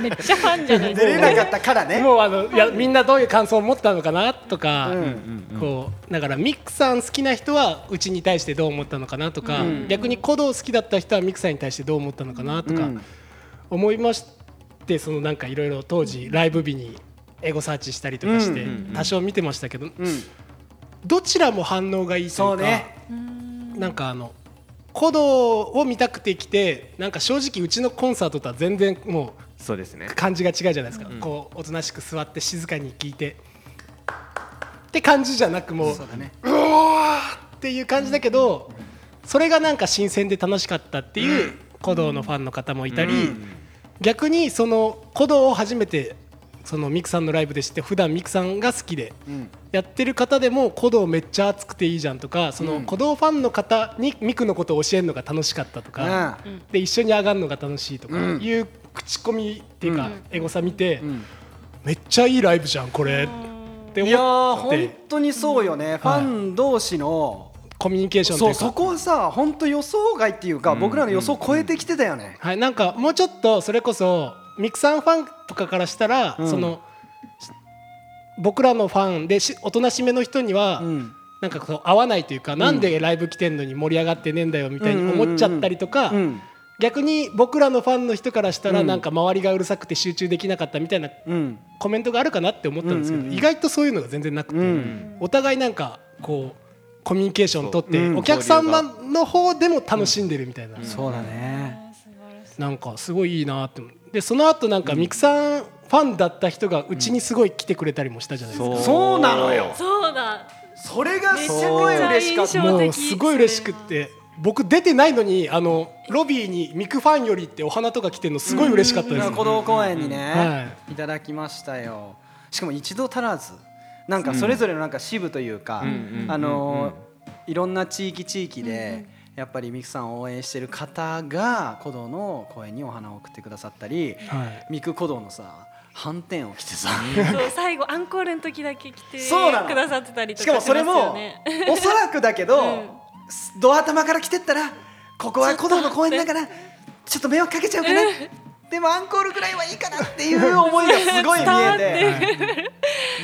Speaker 3: めっちゃファンじゃない
Speaker 1: 出れなかったからね。
Speaker 4: [laughs] もうあのいやみんなどういう感想を持ったのかなとか、
Speaker 1: うん
Speaker 4: こうだからミックさん好きな人はうちに対してどう思ったのかなとか、
Speaker 1: うん
Speaker 4: 逆に鼓動好きだった人はミックさんに対してどう思ったのかなと
Speaker 1: う
Speaker 4: か
Speaker 1: ん
Speaker 4: 思いまして、そのなんかいろいろ当時ライブ日にエゴサーチしたりとかして、
Speaker 1: うんうん
Speaker 4: 多少見てましたけど、
Speaker 1: うん。
Speaker 4: どちらも反応がいいというか。
Speaker 1: そうね。
Speaker 4: なんかあの鼓動を見たくて来てなんか正直うちのコンサートとは全然も
Speaker 2: そうですね
Speaker 4: う感じが違うじゃないですか、こうおとなしく座って静かに聞いてって感じじゃなくもう
Speaker 1: そうだね。
Speaker 4: っていう感じだけど、それがなんか新鮮で楽しかったっていう鼓動のファンの方もいたり、逆にその鼓動を初めてそのミクさんのライブで知って普段ミクさんが好きで
Speaker 1: うん。
Speaker 4: やってる方でも鼓動めっちゃ熱くていいじゃんとかその鼓動ファンの方にミクのことを教えるのが楽しかったとか、
Speaker 1: ああ
Speaker 4: で一緒に上がるのが楽しいとかいう口コミっていうか、エゴサ見て、
Speaker 1: ん
Speaker 4: めっちゃいいライブじゃんこれって
Speaker 1: いやー
Speaker 4: 思っ
Speaker 1: 本
Speaker 4: て
Speaker 1: 当にそうよね。ファン同士の。
Speaker 4: コミュニケーションと
Speaker 1: そ
Speaker 4: いううか
Speaker 1: そこはさ本当予想外っていうか、僕らの予想を超えてきてたよね、
Speaker 4: はい、なんかもうちょっとそれこそミクさんファンとかからしたら、
Speaker 1: うん
Speaker 4: そのし僕らのファンでしおとなしめの人には、
Speaker 1: うん
Speaker 4: なんかこう合わないというか、なんでライブ来てんのに盛り上がってねえんだよみたいに思っちゃったりとか、
Speaker 1: うん
Speaker 4: 逆に僕らのファンの人からしたら、
Speaker 1: うん
Speaker 4: なんか周りがうるさくて集中できなかったみたいな
Speaker 1: うん
Speaker 4: コメントがあるかなって思ったんですけど、
Speaker 1: うんうんうん
Speaker 4: 意外とそういうのが全然なくて、
Speaker 1: うん
Speaker 4: お互いなんかこうコミュニケーションを取って、
Speaker 1: そううん
Speaker 4: お客様の方でも楽しんでるみたいな。
Speaker 1: そうだね
Speaker 4: なんかすごいいいなって思うでその後なんかミクさんファンだった人がうちにすごい来てくれたりもしたじゃないですか、
Speaker 1: そうなのよ
Speaker 3: そうだ
Speaker 1: それがす
Speaker 3: めちゃく
Speaker 1: ごい
Speaker 3: ちゃ
Speaker 1: 嬉しかっ
Speaker 3: 印
Speaker 1: た
Speaker 3: 象的
Speaker 4: もうすごい嬉しくって僕出てないのにあのロビーにミクファンよりってお花とか来てるのすごい嬉しかったです、
Speaker 1: 子道公園にね、、
Speaker 4: はい
Speaker 1: ただきましたよしかも一度足らずなんかそれぞれのなんか支部というか、
Speaker 2: ん
Speaker 1: あのーいろんな地域地域で、やっぱりミクさんを応援してる方が古道の公園にお花を送ってくださったり、
Speaker 4: はい
Speaker 1: ミク古道のさ斑点を着てさ、
Speaker 3: そう最後アンコールの時だけ来て
Speaker 1: そうなの
Speaker 3: くださってたりと
Speaker 1: しか
Speaker 3: か
Speaker 1: もそれ
Speaker 3: しま
Speaker 1: も
Speaker 3: すよね
Speaker 1: おそらくだけど、ドア頭から来てったらここは古道の公園だからちょっと迷惑かけちゃうかな、でもアンコールくらいはいいかなっていう思いがすごい見えて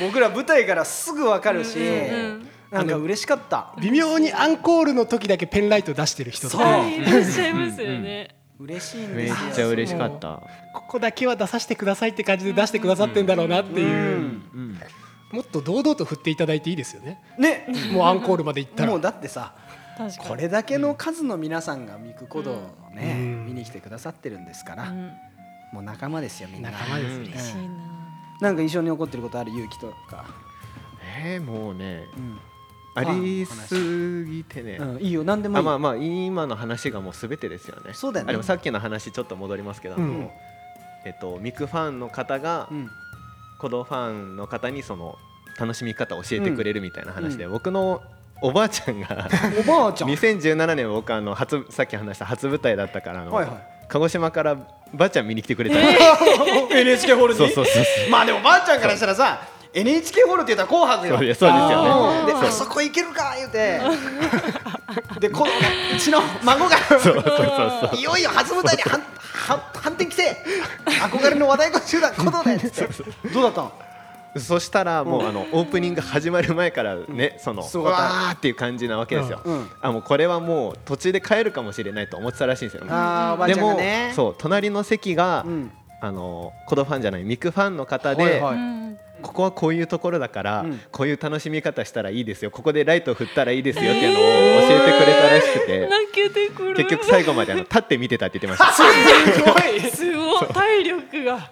Speaker 1: 僕ら舞台からすぐ分かるし、
Speaker 3: ん
Speaker 1: なんか嬉しかった
Speaker 4: 微妙にアンコールの時だけペンライト出してる人と
Speaker 1: そ
Speaker 4: か
Speaker 1: う
Speaker 3: いらっしゃいますよね
Speaker 1: 嬉しいん
Speaker 2: め
Speaker 1: で
Speaker 2: っ
Speaker 1: すよ
Speaker 2: ちゃ嬉しかった
Speaker 4: ここだけは出させてくださいって感じで出してくださってんだろうなっていう、もっと堂々と振っていただいていいですよね
Speaker 1: ね
Speaker 4: もうアンコールまで行ったら
Speaker 1: もうだってさ
Speaker 3: 確かに
Speaker 1: これだけの数の皆さんがミク古道をね、
Speaker 4: うん
Speaker 1: 見に来てくださってるんですから、
Speaker 3: うん
Speaker 1: もう仲間ですよみんな
Speaker 4: 仲間ですね
Speaker 3: 嬉しいな
Speaker 1: なんか一緒に怒ってることある勇気とか、
Speaker 2: えー、もうね
Speaker 1: うん
Speaker 2: ありすぎてね、
Speaker 1: うん、いいよ何でもい
Speaker 2: あ
Speaker 1: い、
Speaker 2: まあまあ今の話がもうすべてですよね
Speaker 1: そうだよね
Speaker 2: あでもさっきの話ちょっと戻りますけど、あ
Speaker 4: うん
Speaker 2: のえっとミクファンの方が、
Speaker 1: うん
Speaker 2: 鼓動ファンの方にその楽しみ方を教えてくれるみたいな話で、僕のおばあちゃ
Speaker 1: [laughs]
Speaker 2: んが
Speaker 1: おばあちゃん
Speaker 2: 2017年僕あの初さっき話した初舞台だったからあの、
Speaker 1: はいは
Speaker 2: 鹿児島からばあちゃん見に来てくれた、
Speaker 1: い NHK ホールに
Speaker 2: そうそうそうそう
Speaker 1: まあでもばあちゃんからしたらさ NHK ホールって言ったら「紅白よ」
Speaker 2: そうですそうですよね
Speaker 1: であそこ行けるか言う
Speaker 2: [laughs]
Speaker 1: てでこうちの孫が
Speaker 2: そうそうそう
Speaker 1: いよいよ初舞台に反反反転来て憧れの和太鼓集団このねっつってどうだったの
Speaker 2: そうそしたらもうあのオープニング始まる前からねその
Speaker 1: す
Speaker 2: う
Speaker 1: ごかった
Speaker 2: わーっていう感じなわけですよ、
Speaker 1: うんうん
Speaker 2: あもうこれはもう途中で帰るかもしれないと思ってたらしいんですよ
Speaker 1: あーおばあ
Speaker 2: で
Speaker 1: ちゃんが
Speaker 2: も
Speaker 1: ね
Speaker 2: そう隣の席が、
Speaker 1: うん
Speaker 2: あのコドファンじゃないミクファンの方で、
Speaker 1: はいはい
Speaker 3: うん
Speaker 2: ここはこういうところだから、
Speaker 1: うん
Speaker 2: こういう楽しみ方したらいいですよここでライト振ったらいいですよっていうのを教えてくれたらしくて、
Speaker 3: 泣けてくる
Speaker 2: [laughs] 結局最後まであの立って見てたって言ってました
Speaker 3: すごい体力が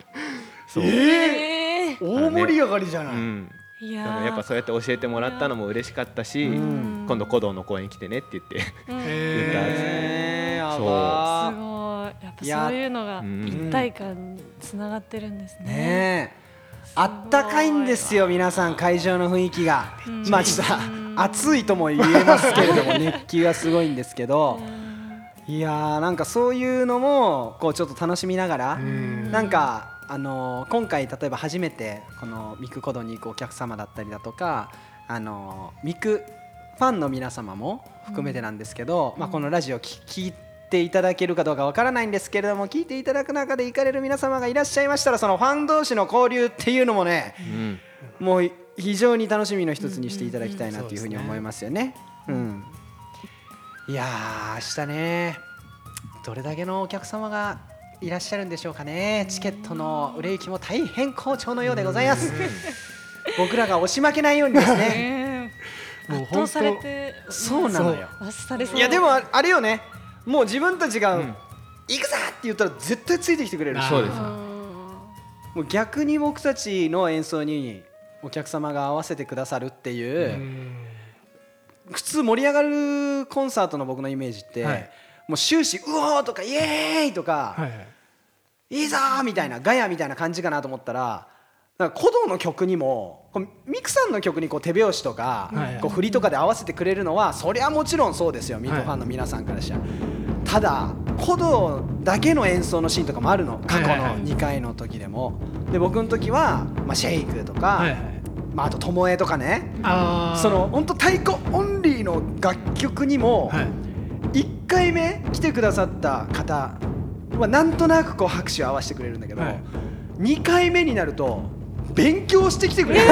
Speaker 2: そう、
Speaker 3: ええ
Speaker 1: 大盛り上がりじゃな [laughs]
Speaker 2: う
Speaker 1: い、
Speaker 2: ん、
Speaker 3: い
Speaker 2: だ
Speaker 3: や
Speaker 2: から
Speaker 3: ー
Speaker 2: やっぱそうやって教えてもらったのも嬉しかったし、
Speaker 1: ん
Speaker 2: 今度古道の公園来てねって言って
Speaker 4: へ
Speaker 2: 歌
Speaker 4: ー
Speaker 1: えー、や
Speaker 2: そう
Speaker 1: ば
Speaker 3: すごいやっぱ
Speaker 1: いや
Speaker 3: そういうのが
Speaker 2: うん
Speaker 3: 一体感につながってるんです
Speaker 1: ー
Speaker 3: ね。
Speaker 1: ねえあったかいんですよ皆さん会場の雰囲気が
Speaker 3: うん
Speaker 1: まあちょっと暑いとも言えますけれども熱気がすごいんですけどいやーなんかそういうのもこうちょっと楽しみながら
Speaker 4: ん
Speaker 1: なんかあのー今回例えば初めてこのミクコドに行くお客様だったりだとかあのーミクファンの皆様も含めてなんですけど、まあ、このラジオき聞いていただけるかどうかわからないんですけれども聞いていただく中で行かれる皆様がいらっしゃいましたらそのファン同士の交流っていうのもね
Speaker 2: うん
Speaker 1: もう非常に楽しみの一つにしていただきたいなというふうに思いますよね。うん、いやー明日ねどれだけのお客様がいらっしゃるんでしょうかねチケットの売れ行きも大変好調のようでございます。 [laughs] 僕らが押し負けないようにですね。
Speaker 3: ねえ
Speaker 4: もう
Speaker 3: 圧
Speaker 4: 本当
Speaker 3: 倒されて
Speaker 1: [laughs] そうなのよ。
Speaker 3: 圧されそう
Speaker 1: いやでもああれよねもう自分たちが、行くぞって言ったら絶対ついてきてくれるし
Speaker 2: そうで
Speaker 3: う
Speaker 2: す
Speaker 3: ん
Speaker 1: もう逆に僕たちの演奏にお客様が合わせてくださるっていう。
Speaker 4: うん
Speaker 1: 普通盛り上がるコンサートの僕のイメージって、
Speaker 4: はい
Speaker 1: もう終始「うおー!」とか「イエーイ!」とか「
Speaker 4: はい
Speaker 1: い、
Speaker 4: はい
Speaker 1: いぞー!」みたいなガヤみたいな感じかなと思ったらなんか古道の曲にもこうミクさんの曲にこう手拍子とか、
Speaker 4: はいはい
Speaker 1: こう振りとかで合わせてくれるのはそりゃもちろんそうですよミートファンの皆さんからしたら、ただ古道だけの演奏のシーンとかもあるの過去
Speaker 4: はいはい
Speaker 1: の
Speaker 4: はい
Speaker 1: 2回の時でも、で僕の時は、まあ、シェイクとか、
Speaker 4: はいはい
Speaker 1: まあ、あと「ともえ」とかね
Speaker 4: あー
Speaker 1: その本当太鼓オンリーの楽曲にも、
Speaker 4: はい
Speaker 1: 1回目来てくださった方はなんとなくこう拍手を合わせてくれるんだけど、
Speaker 4: はい
Speaker 1: 2回目になると勉強してきてく
Speaker 4: [laughs]
Speaker 1: れる、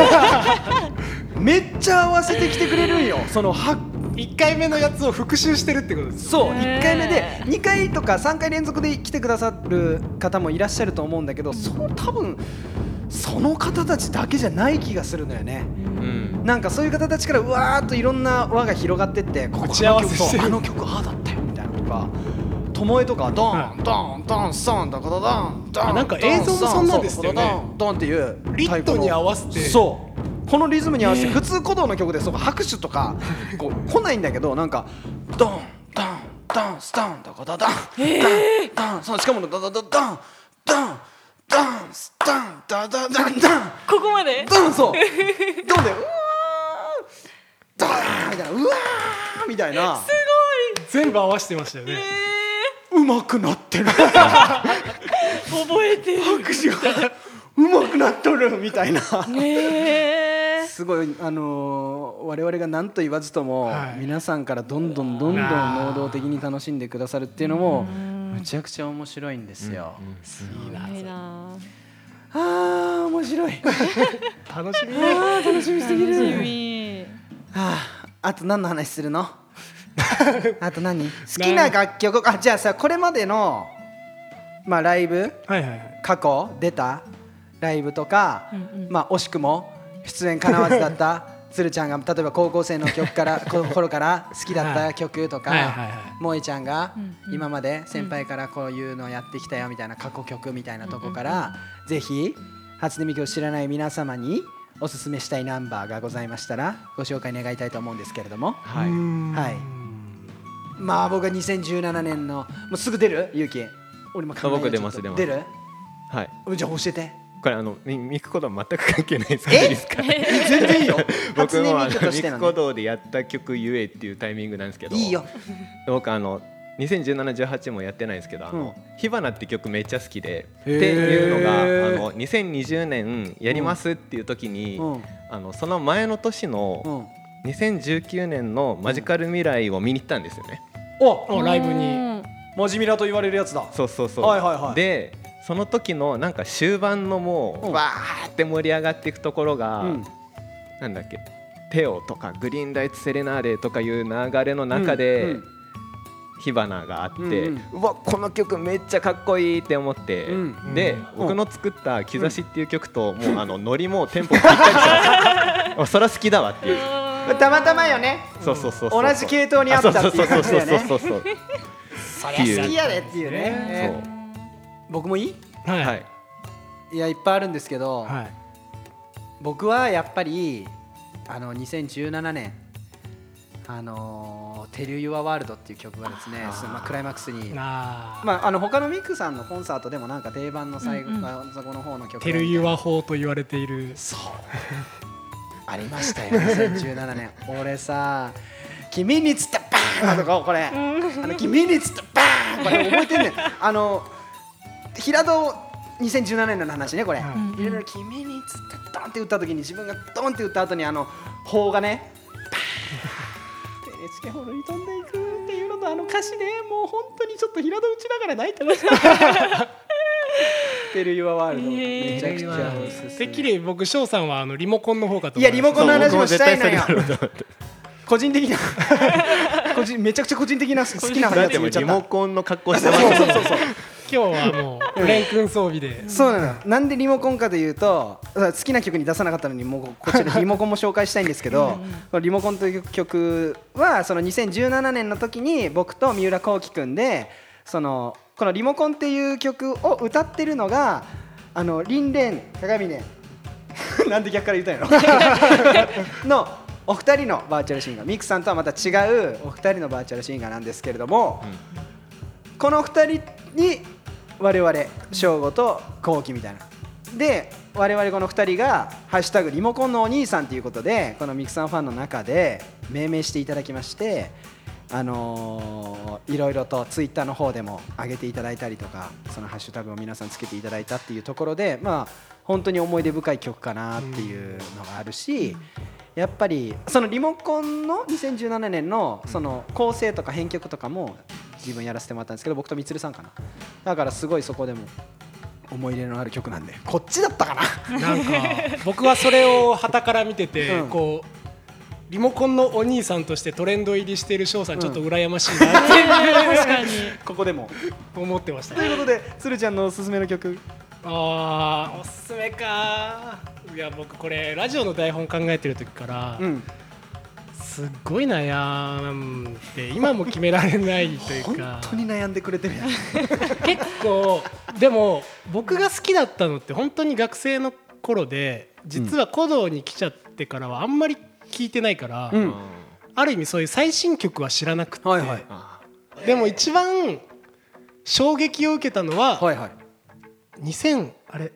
Speaker 1: めっちゃ合わせてきてくれるんよそのは
Speaker 4: 一回目のやつを復習してるってことですよ
Speaker 1: そう
Speaker 3: へー
Speaker 1: 1回目で2回とか3回連続で来てくださる方もいらっしゃると思うんだけどその多分その方たちだけじゃない気がするのよね。
Speaker 2: うん
Speaker 1: なんかそういう方たちからうわーっといろんな輪が広がってってここ
Speaker 4: 打ち合わせしてる
Speaker 1: あの曲ああだったよみたいなとか巴とかド
Speaker 4: は
Speaker 1: ンドンドンソンドコドドンド
Speaker 4: あ
Speaker 1: ン
Speaker 4: なんか映像もそんなでしたよね
Speaker 1: ドンソンドコドドンドンっていう
Speaker 4: リットに合わせ
Speaker 1: せ
Speaker 4: て
Speaker 1: そうこのリズムに合わせて普通鼓動の曲でそう拍手とかこう来ないんだけどなんかドンドンドンストンドコドドンドンドンそのしかものドドドドンドンドンストンドドドンドン
Speaker 3: ここまで
Speaker 1: ドンそうドンでうわードーンみたいなうわーみたいな
Speaker 4: 全部合わせてましたよね
Speaker 1: うまくなってる
Speaker 3: 覚えてる。
Speaker 1: 拍手がうまくなっとるみたいな
Speaker 3: ええ
Speaker 1: すごいあのー我々が何と言わずとも、
Speaker 4: はい
Speaker 1: 皆さんからどんどんどんどん能動的に楽しんでくださるっていうのもむちゃくちゃ面白いんですよ、
Speaker 3: いいな。
Speaker 1: あー面白い
Speaker 4: 楽しみ
Speaker 1: あー楽しみすぎ
Speaker 3: 楽し
Speaker 1: る
Speaker 3: み。
Speaker 1: あーあと何の話する [laughs] のあと何好きな楽曲あじゃあさこれまでのまあライブ
Speaker 4: はいはいはい
Speaker 1: 過去出たライブとか、
Speaker 3: うんうん
Speaker 1: まあ惜しくも出演かなわずだった
Speaker 3: [laughs]
Speaker 1: 鶴ちゃんが例えば高校生の曲からこ頃から好きだっ
Speaker 4: は
Speaker 1: た
Speaker 4: い
Speaker 1: 曲とか、
Speaker 4: はいはいはい
Speaker 1: 萌ちゃんが
Speaker 3: うんうん
Speaker 1: 今まで先輩からこういうのやってきたよみたいな過去曲みたいなとこから、ぜひ初音ミクを知らない皆様におすすめしたいナンバーがございましたらご紹介願いたいと思うんですけれども、
Speaker 2: はい
Speaker 1: はいまあ僕は2017年のもうすぐ出るゆうき俺も考えよう
Speaker 2: 僕出
Speaker 1: ちょっ
Speaker 2: ます
Speaker 1: と
Speaker 2: 出ます
Speaker 1: 出る
Speaker 2: はい
Speaker 1: じゃあ教えて
Speaker 2: これあのみミクコドは全く関係ないですけどいいですか
Speaker 1: 全然いいよ
Speaker 2: 僕
Speaker 1: 初音
Speaker 2: も
Speaker 1: ミ
Speaker 2: あの
Speaker 1: クとして
Speaker 2: ミ
Speaker 1: の
Speaker 2: ク
Speaker 1: ね
Speaker 2: コドでやった曲ゆえっていうタイミングなんですけど
Speaker 1: いいよ
Speaker 2: 僕あの201718もやってないんですけど「あの火花」って曲めっちゃ好きで、
Speaker 1: へー
Speaker 2: っていうのがあの2020年やりますっていう時に、
Speaker 1: うん
Speaker 2: あのその前の年
Speaker 1: う
Speaker 2: の
Speaker 1: ん
Speaker 2: 2019年の「マジカル未来」を見に行ったんですよね。
Speaker 5: お
Speaker 4: あライブに
Speaker 5: マジミラと言われるやつだ
Speaker 2: そうそうそう、
Speaker 5: はいはいはい
Speaker 2: でその時のなんか終盤のも
Speaker 1: う
Speaker 2: うんわーって盛り上がっていくところが、
Speaker 1: うん
Speaker 2: なんだっけテオとかグリーンライツセレナーレとかいう流れの中で、
Speaker 1: うんうん
Speaker 2: 火花があって、
Speaker 1: う
Speaker 2: うん
Speaker 1: うん
Speaker 2: わこの曲めっちゃかっこいいって思って、
Speaker 1: うん
Speaker 2: で、
Speaker 1: ん
Speaker 2: 僕の作った「兆し」っていう曲と、もうあのノリもテンポもぴったりしたんですよあそら好きだわっていう、
Speaker 1: たまたまよね
Speaker 2: そうそうそうそう
Speaker 1: 同じ系統にあったっていう感じだよね
Speaker 2: あそうそうそうそうそうそう
Speaker 1: そりゃ好きやでっていうね
Speaker 2: そう
Speaker 1: 僕もいい
Speaker 4: はい
Speaker 2: は
Speaker 4: はいい、
Speaker 1: いやいっぱいあるんですけど、僕はやっぱりあの2017年あのテルユアワールドっていう曲がですねそのまあクライマックスに
Speaker 4: なあ、
Speaker 1: まああの他のミックさんのコンサートでもなんか定番の最後、
Speaker 3: うんうん
Speaker 1: あそこの方の曲
Speaker 4: テルユア法と言われている
Speaker 1: ありましたよ2017年俺さ君につってバーンとかこれ、あの君につってバーンこれ覚えてんねんあの平戸2017年の話ねこれ、
Speaker 4: うん
Speaker 1: いろいろ君につってドンって打った時に自分がドンって打った後にあの砲がねバーン NHK ホールに飛んでいくっていうのとあの歌詞ねもう本当にちょっと平戸打ちながら泣いてました
Speaker 4: [laughs]
Speaker 1: テルユアワールド、
Speaker 3: へー
Speaker 1: めちゃくちゃおすすめ
Speaker 4: てっきり僕翔さんはあのリモコンの方かと
Speaker 1: い
Speaker 4: 思
Speaker 1: や
Speaker 4: いま
Speaker 1: リモ
Speaker 4: し
Speaker 1: コンの話もしたいのよ
Speaker 2: そう僕も絶対それだろうと思って
Speaker 1: 個人的な [laughs] 個人めちゃくちゃ個人的な好きな
Speaker 2: だっ
Speaker 1: や
Speaker 2: て
Speaker 1: つ
Speaker 2: も
Speaker 1: 言
Speaker 2: う
Speaker 1: っちゃ
Speaker 2: リ
Speaker 1: った
Speaker 2: モコンの格好してますね
Speaker 4: 今日はもうレン君装備で
Speaker 1: そうなのなんでリモコンかというと好きな曲に出さなかったのにもうこ [laughs] ちらリモコンも紹介したいんですけどこのリモコンという曲はその2017年の時に僕と三浦幸輝くんでそのこの「リモコン」っていう曲を歌ってるのがあのリンレン鏡ね [laughs] なんで逆から言ったんやろのお二人のバーチャルシンガーミクさんとはまた違うお二人のバーチャルシンガーなんですけれども、この二人に我々翔吾とこうきみたいなで我々この二人が「ハッシュタグリモコンのお兄さん」ということでこのミクさんファンの中で命名していただきましてあのーいろいろとツイッターの方でも上げていただいたりとかそのハッシュタグを皆さんつけていただいたっていうところでまあ本当に思い出深い曲かなっていうのがあるし、やっぱりそのリモコンの2017年のその構成とか編曲とかも自分やらせてもらったんですけど僕とみつるさんかなだからすごいそこでも思い入れのある曲なんでこっちだったかな
Speaker 4: なんか僕はそれを傍から見てて、
Speaker 1: うん
Speaker 4: こうリモコンのお兄さんとしてトレンド入りしている翔さんちょっと羨ましいなって
Speaker 3: 確かに
Speaker 1: ここでも
Speaker 4: 思ってました、
Speaker 1: ということで鶴ちゃんのおすすめの曲
Speaker 4: あーおすすめかいや僕これラジオの台本考えてる時から、
Speaker 1: うん
Speaker 4: すっごい悩んで今も決められないという
Speaker 1: [laughs] 本
Speaker 4: か
Speaker 1: 当に悩んでくれてるやん
Speaker 4: 結構でも僕が好きだったのって本当に学生の頃で実は古道に来ちゃってからはあんまり聞いてないから、
Speaker 1: うん
Speaker 4: ある意味そういう最新曲は知らなくて、
Speaker 1: はいはい
Speaker 2: あ
Speaker 4: でも一番衝撃を受けたのは、
Speaker 1: はいはい
Speaker 4: 2000あれ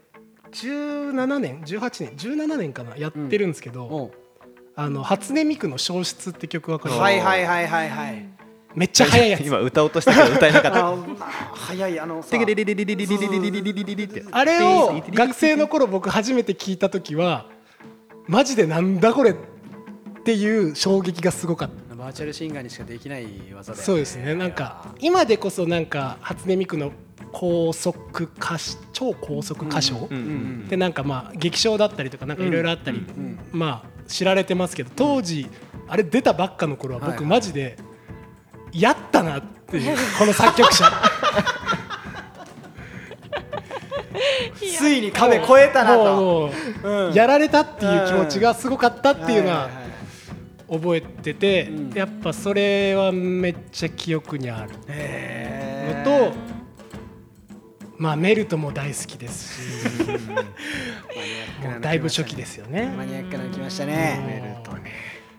Speaker 4: 17年18年17年かなやってるんですけど、
Speaker 1: おう
Speaker 4: あの初音ミクの消失って曲わかる、
Speaker 1: はいはいはいはいはい
Speaker 4: めっちゃ早いやつ
Speaker 2: 今歌おうとしたけど歌えなかった
Speaker 1: あまあ早いあのさ
Speaker 2: テケレレレレレレレレレレレレレレって
Speaker 4: あれを学生の頃僕初めて聞いた時はマジでなんだこれっていう衝撃がすごかった。
Speaker 1: バーチャルシンガーにしかできない技だよ
Speaker 4: そうですねなんか今でこそなんか初音ミクの高速歌手超高速歌唱、
Speaker 2: うんうん
Speaker 4: でなんかまあ劇場だったりとかなんかいろいろあったり、
Speaker 1: ん
Speaker 4: まあ知られてますけど当時あれ出たばっかの頃は
Speaker 1: はいは
Speaker 4: 僕
Speaker 1: い
Speaker 4: マジでやったなっ
Speaker 1: [laughs]
Speaker 4: ていうこの作曲者
Speaker 1: ついに壁越えたなと
Speaker 4: もうもう
Speaker 1: うん
Speaker 4: やられたっていう気持ちがすごかったっていうの
Speaker 1: は
Speaker 4: はい
Speaker 1: はいはい
Speaker 4: 覚えてて
Speaker 1: うん
Speaker 4: やっぱそれはめっちゃ記憶にある
Speaker 1: へー
Speaker 4: のと、まあメルトも大好きですしもうだいぶ初期ですよね
Speaker 1: マニアックなの来ましたね。
Speaker 4: メルトね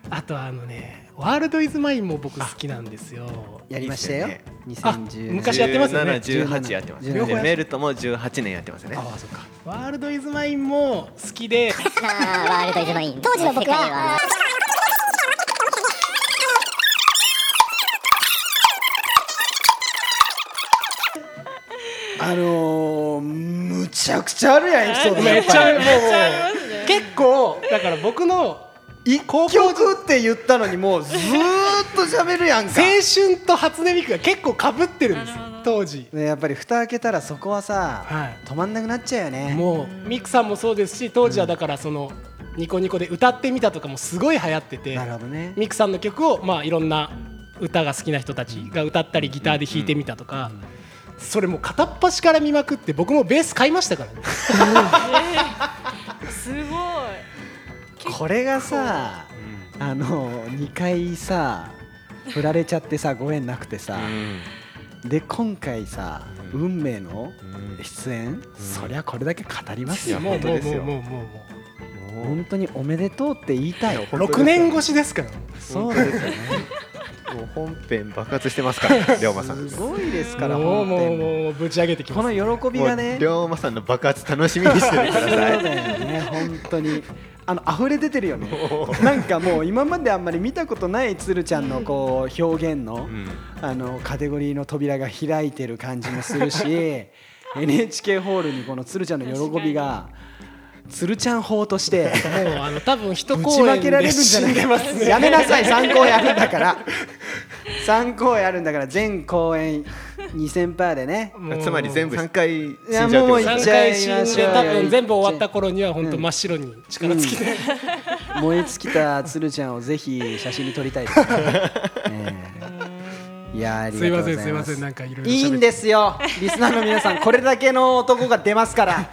Speaker 4: あとはあのね「ワールド・イズ・マイン」も僕好きなんですよ
Speaker 1: やりましたよ
Speaker 2: いいっ。
Speaker 4: あ
Speaker 1: 2010
Speaker 4: 昔やってますよね
Speaker 2: 1718やってます
Speaker 1: 両方や
Speaker 2: でメルトも18年やってますね
Speaker 4: ああそっか「ワールド・イズ・マイン」も好きで
Speaker 6: [laughs] ワールドイズマイン当時の僕は
Speaker 1: あのー、むちゃくちゃあるやんエピソード
Speaker 4: めっちゃもう
Speaker 3: ね
Speaker 4: 結構だから僕の
Speaker 1: 一
Speaker 4: 高校時
Speaker 1: 曲って言ったのにもうずーっと喋るやんか
Speaker 4: 青春と初音ミクが結構かぶってるんですよ
Speaker 3: なるほど
Speaker 4: 当時
Speaker 1: ねやっぱり蓋開けたらそこはさ、
Speaker 4: はい
Speaker 1: 止まんなくなっちゃうよね
Speaker 4: もうミクさんもそうですし当時はだからそのニコニコで歌ってみたとかもすごい流行ってて
Speaker 1: なるほどね
Speaker 4: ミクさんの曲をまあいろんな歌が好きな人たちが歌ったりギターで弾いてみたとかそれもう片っ端から見まくって僕もベース買いましたからね
Speaker 3: すごい
Speaker 1: これがさ、あの2回さ振られちゃってさご縁なくてさ、で今回さ、運命の出演、そりゃこれだけ語りますよ
Speaker 2: いや
Speaker 4: もう
Speaker 2: 本当
Speaker 4: もう
Speaker 2: です
Speaker 4: もう
Speaker 2: よ
Speaker 4: もうもうも
Speaker 1: 本当におめでとうって言いたい
Speaker 4: う6年越しですから
Speaker 1: そうですよね
Speaker 2: もう本編爆発してま
Speaker 7: [laughs]
Speaker 2: すから、龍馬さん。
Speaker 1: すごいですから
Speaker 4: もう
Speaker 1: 本当
Speaker 4: もう
Speaker 1: に
Speaker 4: もうぶち上げてき
Speaker 1: こ
Speaker 4: ます
Speaker 1: の喜び
Speaker 2: も
Speaker 1: が
Speaker 2: う
Speaker 1: ね
Speaker 2: 龍馬さんの爆発楽しみにしてて
Speaker 7: [laughs]
Speaker 2: くださ
Speaker 1: そう
Speaker 2: い。
Speaker 1: だよね本当にあの溢れ出てるよねなんかもう今まであんまり見たことないつるちゃんのこう表現の、
Speaker 2: うん
Speaker 1: あのカテゴリーの扉が開いてる感じもする
Speaker 2: [laughs]
Speaker 1: し NHK ホールにこのつるちゃんの喜びがつるちゃん法として
Speaker 4: もうあの多分一
Speaker 1: ぶち
Speaker 4: 公
Speaker 1: ま
Speaker 4: 演
Speaker 1: けられ
Speaker 4: で
Speaker 1: るんじゃ
Speaker 4: 死んで
Speaker 1: な
Speaker 4: ま
Speaker 1: い
Speaker 4: す
Speaker 1: やめなさい3公演あるんだから3公演あるんだから全公演2000パーでね
Speaker 4: もう
Speaker 2: つまり全部3回死ん
Speaker 1: い
Speaker 2: じゃ
Speaker 1: や
Speaker 2: うって
Speaker 1: もう
Speaker 2: こと
Speaker 1: いっ
Speaker 4: 3
Speaker 1: ちゃい
Speaker 4: 回
Speaker 1: ま
Speaker 4: 死
Speaker 1: しょうん
Speaker 4: で多分全部終わった頃には本
Speaker 1: う
Speaker 4: 当
Speaker 1: ん
Speaker 4: 真っ白に力尽きて、
Speaker 1: 燃え尽きたつるちゃんをぜひ写真に撮りたいです
Speaker 4: [laughs]
Speaker 1: ね。ええいやーあり
Speaker 4: すい
Speaker 1: がと
Speaker 4: ま
Speaker 1: う
Speaker 4: せ
Speaker 1: ござ
Speaker 4: んす
Speaker 1: い
Speaker 4: い
Speaker 1: ま。
Speaker 4: ますせんなんかいろいろ
Speaker 1: いいんですよ、リスナーの皆さん、これだけの男が出ますから。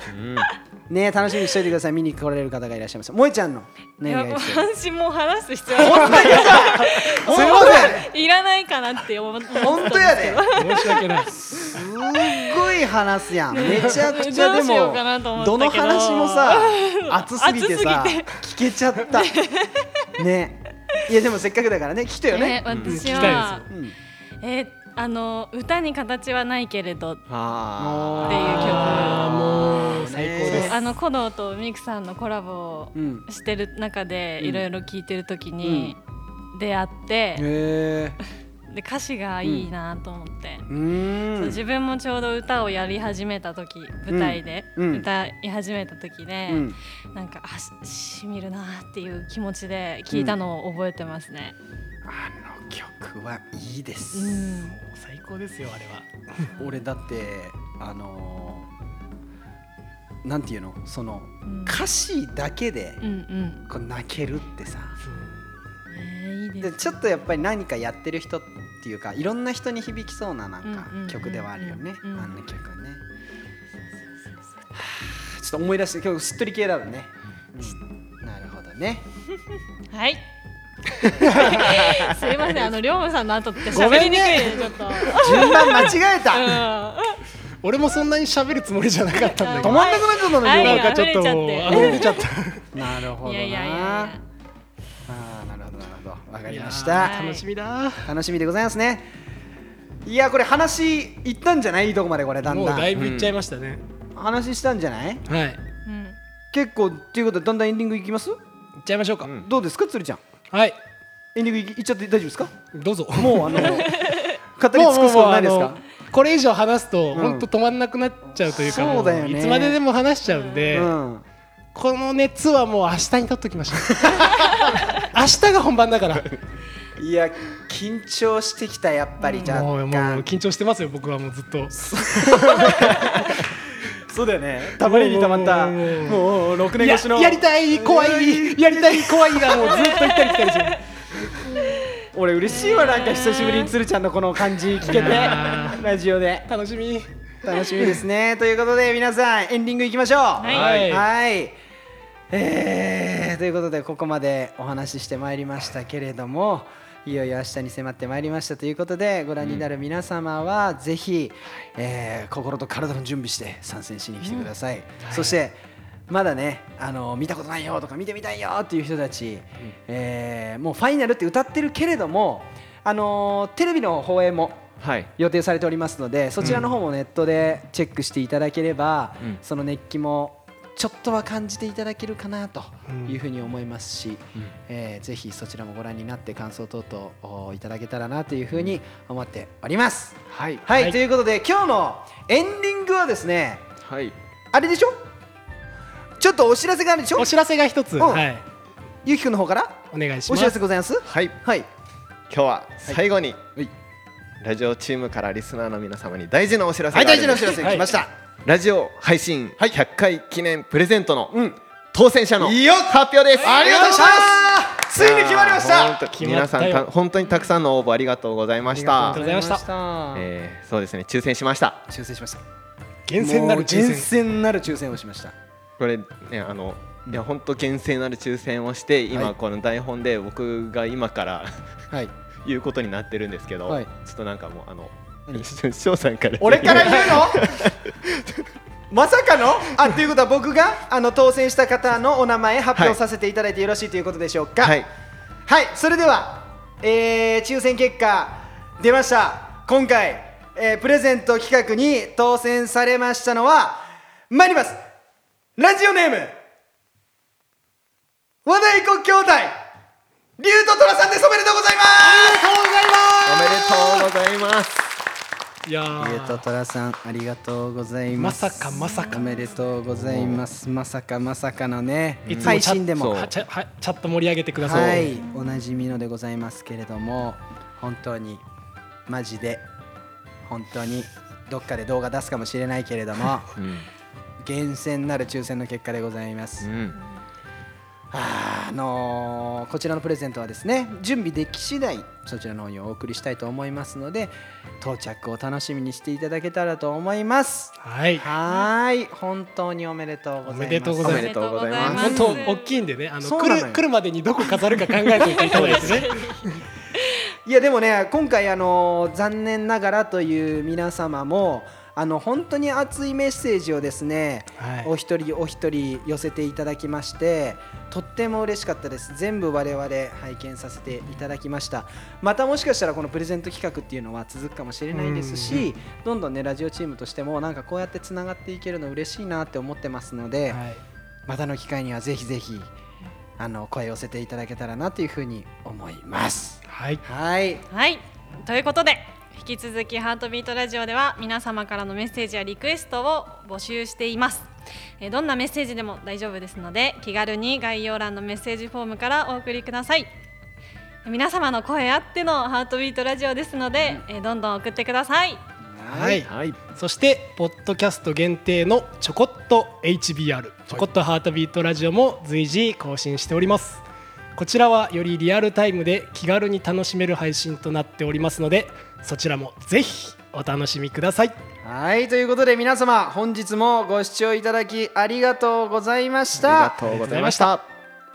Speaker 1: ね、楽しみにしておいてください、見に来られる方がいらっしゃいます。萌えちゃんの。
Speaker 3: い
Speaker 1: ね、
Speaker 3: や
Speaker 1: お願いします
Speaker 3: 私もう話す必要は
Speaker 1: すいませ
Speaker 3: いらないかなって思って
Speaker 1: ん、本当やで。
Speaker 4: 申し訳ない
Speaker 1: すっごい話すやん。めちゃくちゃで
Speaker 3: どうしよ
Speaker 1: も
Speaker 3: うかなと思、った
Speaker 1: ど
Speaker 3: けど
Speaker 1: の話もさ、熱すぎてさ
Speaker 3: 熱すぎて、
Speaker 1: 聞けちゃった。
Speaker 3: [laughs]
Speaker 1: ね、いやでもせっかくだからね、来てよね。
Speaker 3: ね
Speaker 4: 聞
Speaker 3: 私
Speaker 4: きた
Speaker 3: はい
Speaker 4: で
Speaker 1: うん
Speaker 3: えーあの歌に形はないけれどっていう
Speaker 2: あ
Speaker 3: 曲
Speaker 4: あもう最高です
Speaker 3: あのコドーとミクさんのコラボを
Speaker 1: うん
Speaker 3: してる中で
Speaker 1: うん
Speaker 3: いろいろ聴いてる時に出会って、
Speaker 1: へえ。
Speaker 3: で歌詞がいいなと思って、
Speaker 1: うー。
Speaker 3: そうん自分もちょうど歌をやり始めた時舞台で
Speaker 1: うん
Speaker 3: 歌い始めた時で、
Speaker 1: うん
Speaker 3: なんかあししみるなっていう気持ちで聴いたのを覚えてますね。
Speaker 1: あの曲はいいで
Speaker 3: う
Speaker 1: す。
Speaker 3: ん
Speaker 4: 最高ですよあれは
Speaker 1: 俺だってあのーなんていうのその
Speaker 3: うん
Speaker 1: 歌詞だけで
Speaker 3: うんうん
Speaker 1: こう泣けるってさ。
Speaker 3: えー、いいです
Speaker 1: で
Speaker 3: ね
Speaker 1: ちょっとやっぱり何かやってる人っていうかいろんな人に響きそうななんか
Speaker 3: うんうんうんうん
Speaker 1: 曲ではあるよね。あ
Speaker 3: うん
Speaker 1: んな曲ね。ちょっと思い出して今日すっとり系だろうね。うんなるほどね。
Speaker 4: [laughs]
Speaker 3: はい。すいません、あの龍馬さんの後って喋りにくいね、ちょっと。
Speaker 1: 順番間違え
Speaker 3: [laughs]
Speaker 1: た。
Speaker 4: 俺もそんなに喋るつもりじゃなかったんだ
Speaker 1: 止
Speaker 4: け [laughs] ど
Speaker 1: まんなくなっちゃ
Speaker 3: [laughs]
Speaker 1: ったの
Speaker 3: 愛
Speaker 1: 順番
Speaker 4: な
Speaker 3: が
Speaker 4: んかちょっともう
Speaker 3: 溢れちゃっ
Speaker 4: あ
Speaker 3: て
Speaker 4: ふれちゃった
Speaker 1: なるほど
Speaker 3: い
Speaker 1: な。
Speaker 3: やいやいやいや。
Speaker 1: ああなるほどなるほどわかりまし
Speaker 3: い
Speaker 1: た
Speaker 3: やー
Speaker 4: 楽しみだ
Speaker 1: 楽しみでございますねいやこれ話いったんじゃないいいとこまでこれだん
Speaker 4: もう
Speaker 1: だ
Speaker 4: だい
Speaker 1: ん
Speaker 4: ぶいっちゃいましたね
Speaker 1: 話したんじゃない
Speaker 4: はい行
Speaker 3: うん。
Speaker 1: 結構っていうことでだんだんエンディングいきます
Speaker 4: っちゃいましょうか
Speaker 2: ん
Speaker 1: どうですかつるちゃん
Speaker 4: はい
Speaker 1: エンディングいいっちゃって大丈夫ですか
Speaker 4: どうぞ
Speaker 1: もうあの [laughs] 語り尽くすことないです
Speaker 4: もうもう
Speaker 1: か
Speaker 4: もうあのこれ以上話すと
Speaker 1: ん
Speaker 4: 本当止まんなくなっちゃうというか
Speaker 1: そうだよね
Speaker 4: もいつまででも話しちゃうん
Speaker 1: う
Speaker 4: で
Speaker 1: ん
Speaker 4: この熱はもう明日に取っときましょ
Speaker 1: [laughs]
Speaker 4: う明日が本番だから
Speaker 1: いや緊張してきたやっぱり若
Speaker 4: もうもう
Speaker 1: 干
Speaker 4: 緊張してますよ僕はもうずっと
Speaker 1: そうだよねたまりにたまった
Speaker 4: もうもうもうもう
Speaker 1: もう6年
Speaker 4: や
Speaker 1: 越しの
Speaker 4: やりたい怖いやりたい怖いがもうずっと行ったり来たりしてる
Speaker 1: 俺嬉しいわなんか久しぶりにつるちゃんのこの感じ聞けて
Speaker 4: いや
Speaker 1: ラジオで
Speaker 4: 楽しみ
Speaker 1: 楽しみですね [laughs] ということで皆さんエンディングいきましょうはい
Speaker 4: はい
Speaker 1: はいえーということでここまでお話ししてまいりましたけれどもいよいよ明日に迫ってまいりましたということでご覧になる皆様はぜひ、えー心と体の準備して参戦しに来てください、そしてまだねあの見たことないよとか見てみたいよっていう人たち、えーもうファイナルって歌ってるけれどもあのテレビの放映も
Speaker 2: はい。
Speaker 1: 予定されておりますのでそちらの方もネットでチェックしていただければ、
Speaker 2: うん
Speaker 1: その熱気もちょっとは感じていただけるかなというふうに思いますし、えーぜひそちらもご覧になって感想等々おいただけたらなというふうに思っております。はい、はい
Speaker 4: はい
Speaker 1: ということで今日のエンディングはですね
Speaker 2: はい
Speaker 1: あれでしょちょっとお知らせがあるでしょ
Speaker 4: お知らせが一つ、
Speaker 1: ん
Speaker 4: はい、
Speaker 1: ゆうきくんの方から
Speaker 4: お願いし
Speaker 1: お
Speaker 4: ま
Speaker 1: 知らせ
Speaker 4: す。
Speaker 1: ございます
Speaker 2: はい
Speaker 1: はい
Speaker 2: 今日は最後に、
Speaker 1: い
Speaker 2: ラジオチームからリスナーの皆様に大事なお知らせ
Speaker 7: はい
Speaker 2: があ
Speaker 7: 大
Speaker 2: る
Speaker 7: 事な
Speaker 2: んで
Speaker 7: お知ら
Speaker 2: す
Speaker 7: せ
Speaker 4: はい
Speaker 7: 来ました、
Speaker 2: ラジオ配信100回記念プレゼントの当選者の
Speaker 7: いいよ
Speaker 2: 発表です
Speaker 7: ありがとうございますついに決まりました
Speaker 2: 本当
Speaker 4: 決ま
Speaker 2: 皆
Speaker 4: った
Speaker 2: さ
Speaker 4: よ
Speaker 2: んた本当にたくさんの応募ありがとうございました
Speaker 4: ありがとうございました
Speaker 2: えーそうですね抽選しました
Speaker 1: 抽選しました
Speaker 4: 厳選なる抽
Speaker 1: もう厳
Speaker 4: 選。
Speaker 1: 選なる抽選をしました
Speaker 2: これねあのいや本当厳正なる抽選をして今この台本で僕が今から [laughs]
Speaker 1: はい
Speaker 2: 言うことになってるんですけど、
Speaker 1: はい
Speaker 2: ちょっとなんかもうあの [laughs] 翔さんから
Speaker 1: 俺から言う [laughs] のまさかのあということは僕があの当選した方のお名前発表させていただいてよろしいということでしょうか
Speaker 2: はい
Speaker 1: はいそれでは、えー抽選結果出ました今回、えープレゼント企画に当選されましたのは参りますラジオネーム和太鼓兄弟竜と虎さんですおめでとうございます
Speaker 2: おめでとうございます
Speaker 4: いや
Speaker 1: ゆうと
Speaker 4: ー
Speaker 1: とらさんありがとうございます
Speaker 4: まさかまさか
Speaker 1: おめでとうございますまさかまさかのね
Speaker 4: いつも
Speaker 1: 配信で
Speaker 2: そ
Speaker 1: も
Speaker 2: う
Speaker 4: はちゃはチャット盛り上げてくださ。
Speaker 1: はいいおなじみのでございますけれども本当にマジで本当にどっかで動画出すかもしれないけれど
Speaker 4: [laughs]
Speaker 1: も
Speaker 2: うん
Speaker 1: 厳選なる抽選の結果でございます、
Speaker 2: うん
Speaker 1: あのーこちらのプレゼントはですね準備でき次第そちらの方にお送りしたいと思いますので到着を楽しみにしていただけたらと思います
Speaker 4: はい。
Speaker 1: はーい、本当におめでとうございます。
Speaker 4: おめでとうご
Speaker 2: お
Speaker 4: ざい
Speaker 2: め
Speaker 4: ま
Speaker 2: で
Speaker 4: す
Speaker 2: とうございま
Speaker 3: おめでとうござ
Speaker 4: 本
Speaker 3: いますす
Speaker 4: 当大きいんでね、あの
Speaker 1: そうなの
Speaker 4: 来
Speaker 1: よ
Speaker 4: る来るまでにどこ飾るか考えておいていただい
Speaker 1: [laughs]
Speaker 4: てね。
Speaker 1: いやでもね、今回あのー残念ながらという皆様も。あの本当に熱いメッセージをですね、
Speaker 4: はい
Speaker 1: お一人お一人寄せていただきましてとっても嬉しかったです全部我々拝見させていただきましたまたもしかしたらこのプレゼント企画っていうのは続くかもしれないですしどんどんねラジオチームとしてもなんかこうやってつながっていけるの嬉しいなって思ってますので、
Speaker 4: はい。
Speaker 1: またの機会にはぜひぜひあの声を寄せていただけたらなというふうに思います。
Speaker 4: はい。
Speaker 1: はい、
Speaker 3: はい、ということで引き続き「ハートビートラジオ」では皆様からのメッセージやリクエストを募集していますえーどんなメッセージでも大丈夫ですので気軽に概要欄のメッセージフォームからお送りください皆様の声あっての「ハートビートラジオ」ですので、えーどんどん送ってください
Speaker 4: はい。
Speaker 2: はい
Speaker 4: そしてポッドキャスト限定のちょこっと HBR ちょこっとハートビートラジオも随時更新しておりますこちらはよりリアルタイムで気軽に楽しめる配信となっておりますのでそちらもぜひお楽しみください
Speaker 1: はい、ということで皆様本日もご視聴いただきありがとうございまし
Speaker 2: あ
Speaker 1: た
Speaker 2: りがとうございまし
Speaker 4: あ
Speaker 2: た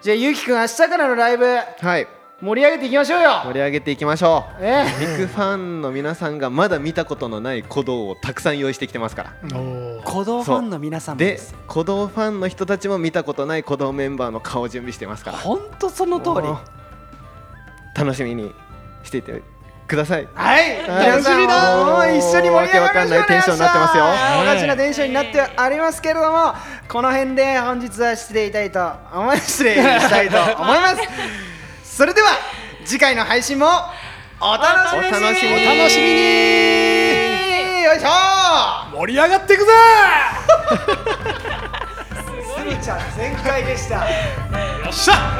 Speaker 1: じゃあゆうきくん明日からのライブ
Speaker 2: はい
Speaker 1: 盛り上げていきましょう
Speaker 2: 盛
Speaker 1: よ
Speaker 2: り上げていきましょう
Speaker 1: え
Speaker 2: ミクファンの皆さんがまだ見たことのない鼓動をたくさん用意してきてますから
Speaker 4: おー
Speaker 1: 鼓動
Speaker 2: ファンの
Speaker 1: 皆様
Speaker 2: で鼓動ファンの人たちも見たことない鼓動メンバーの顔を準備してますから
Speaker 1: 本当その通り
Speaker 2: もう楽しみにしていてください
Speaker 1: はい
Speaker 2: はい
Speaker 1: 皆さんも
Speaker 2: 楽しみだ
Speaker 1: 一緒に盛り上がりましょう
Speaker 2: わけわかんないテンションになってますよ
Speaker 1: はいお
Speaker 4: はい
Speaker 1: かしなテンションになってありますけれどもこの辺で本日は失礼いたいと思い失礼したいと思い
Speaker 2: [laughs]
Speaker 1: ますそれでは次回の配信もお楽しみに
Speaker 2: お楽しみに
Speaker 1: お楽しみによいしょ
Speaker 4: 盛り上がっていくぜ
Speaker 1: スミちゃん全開でした
Speaker 4: よっしゃ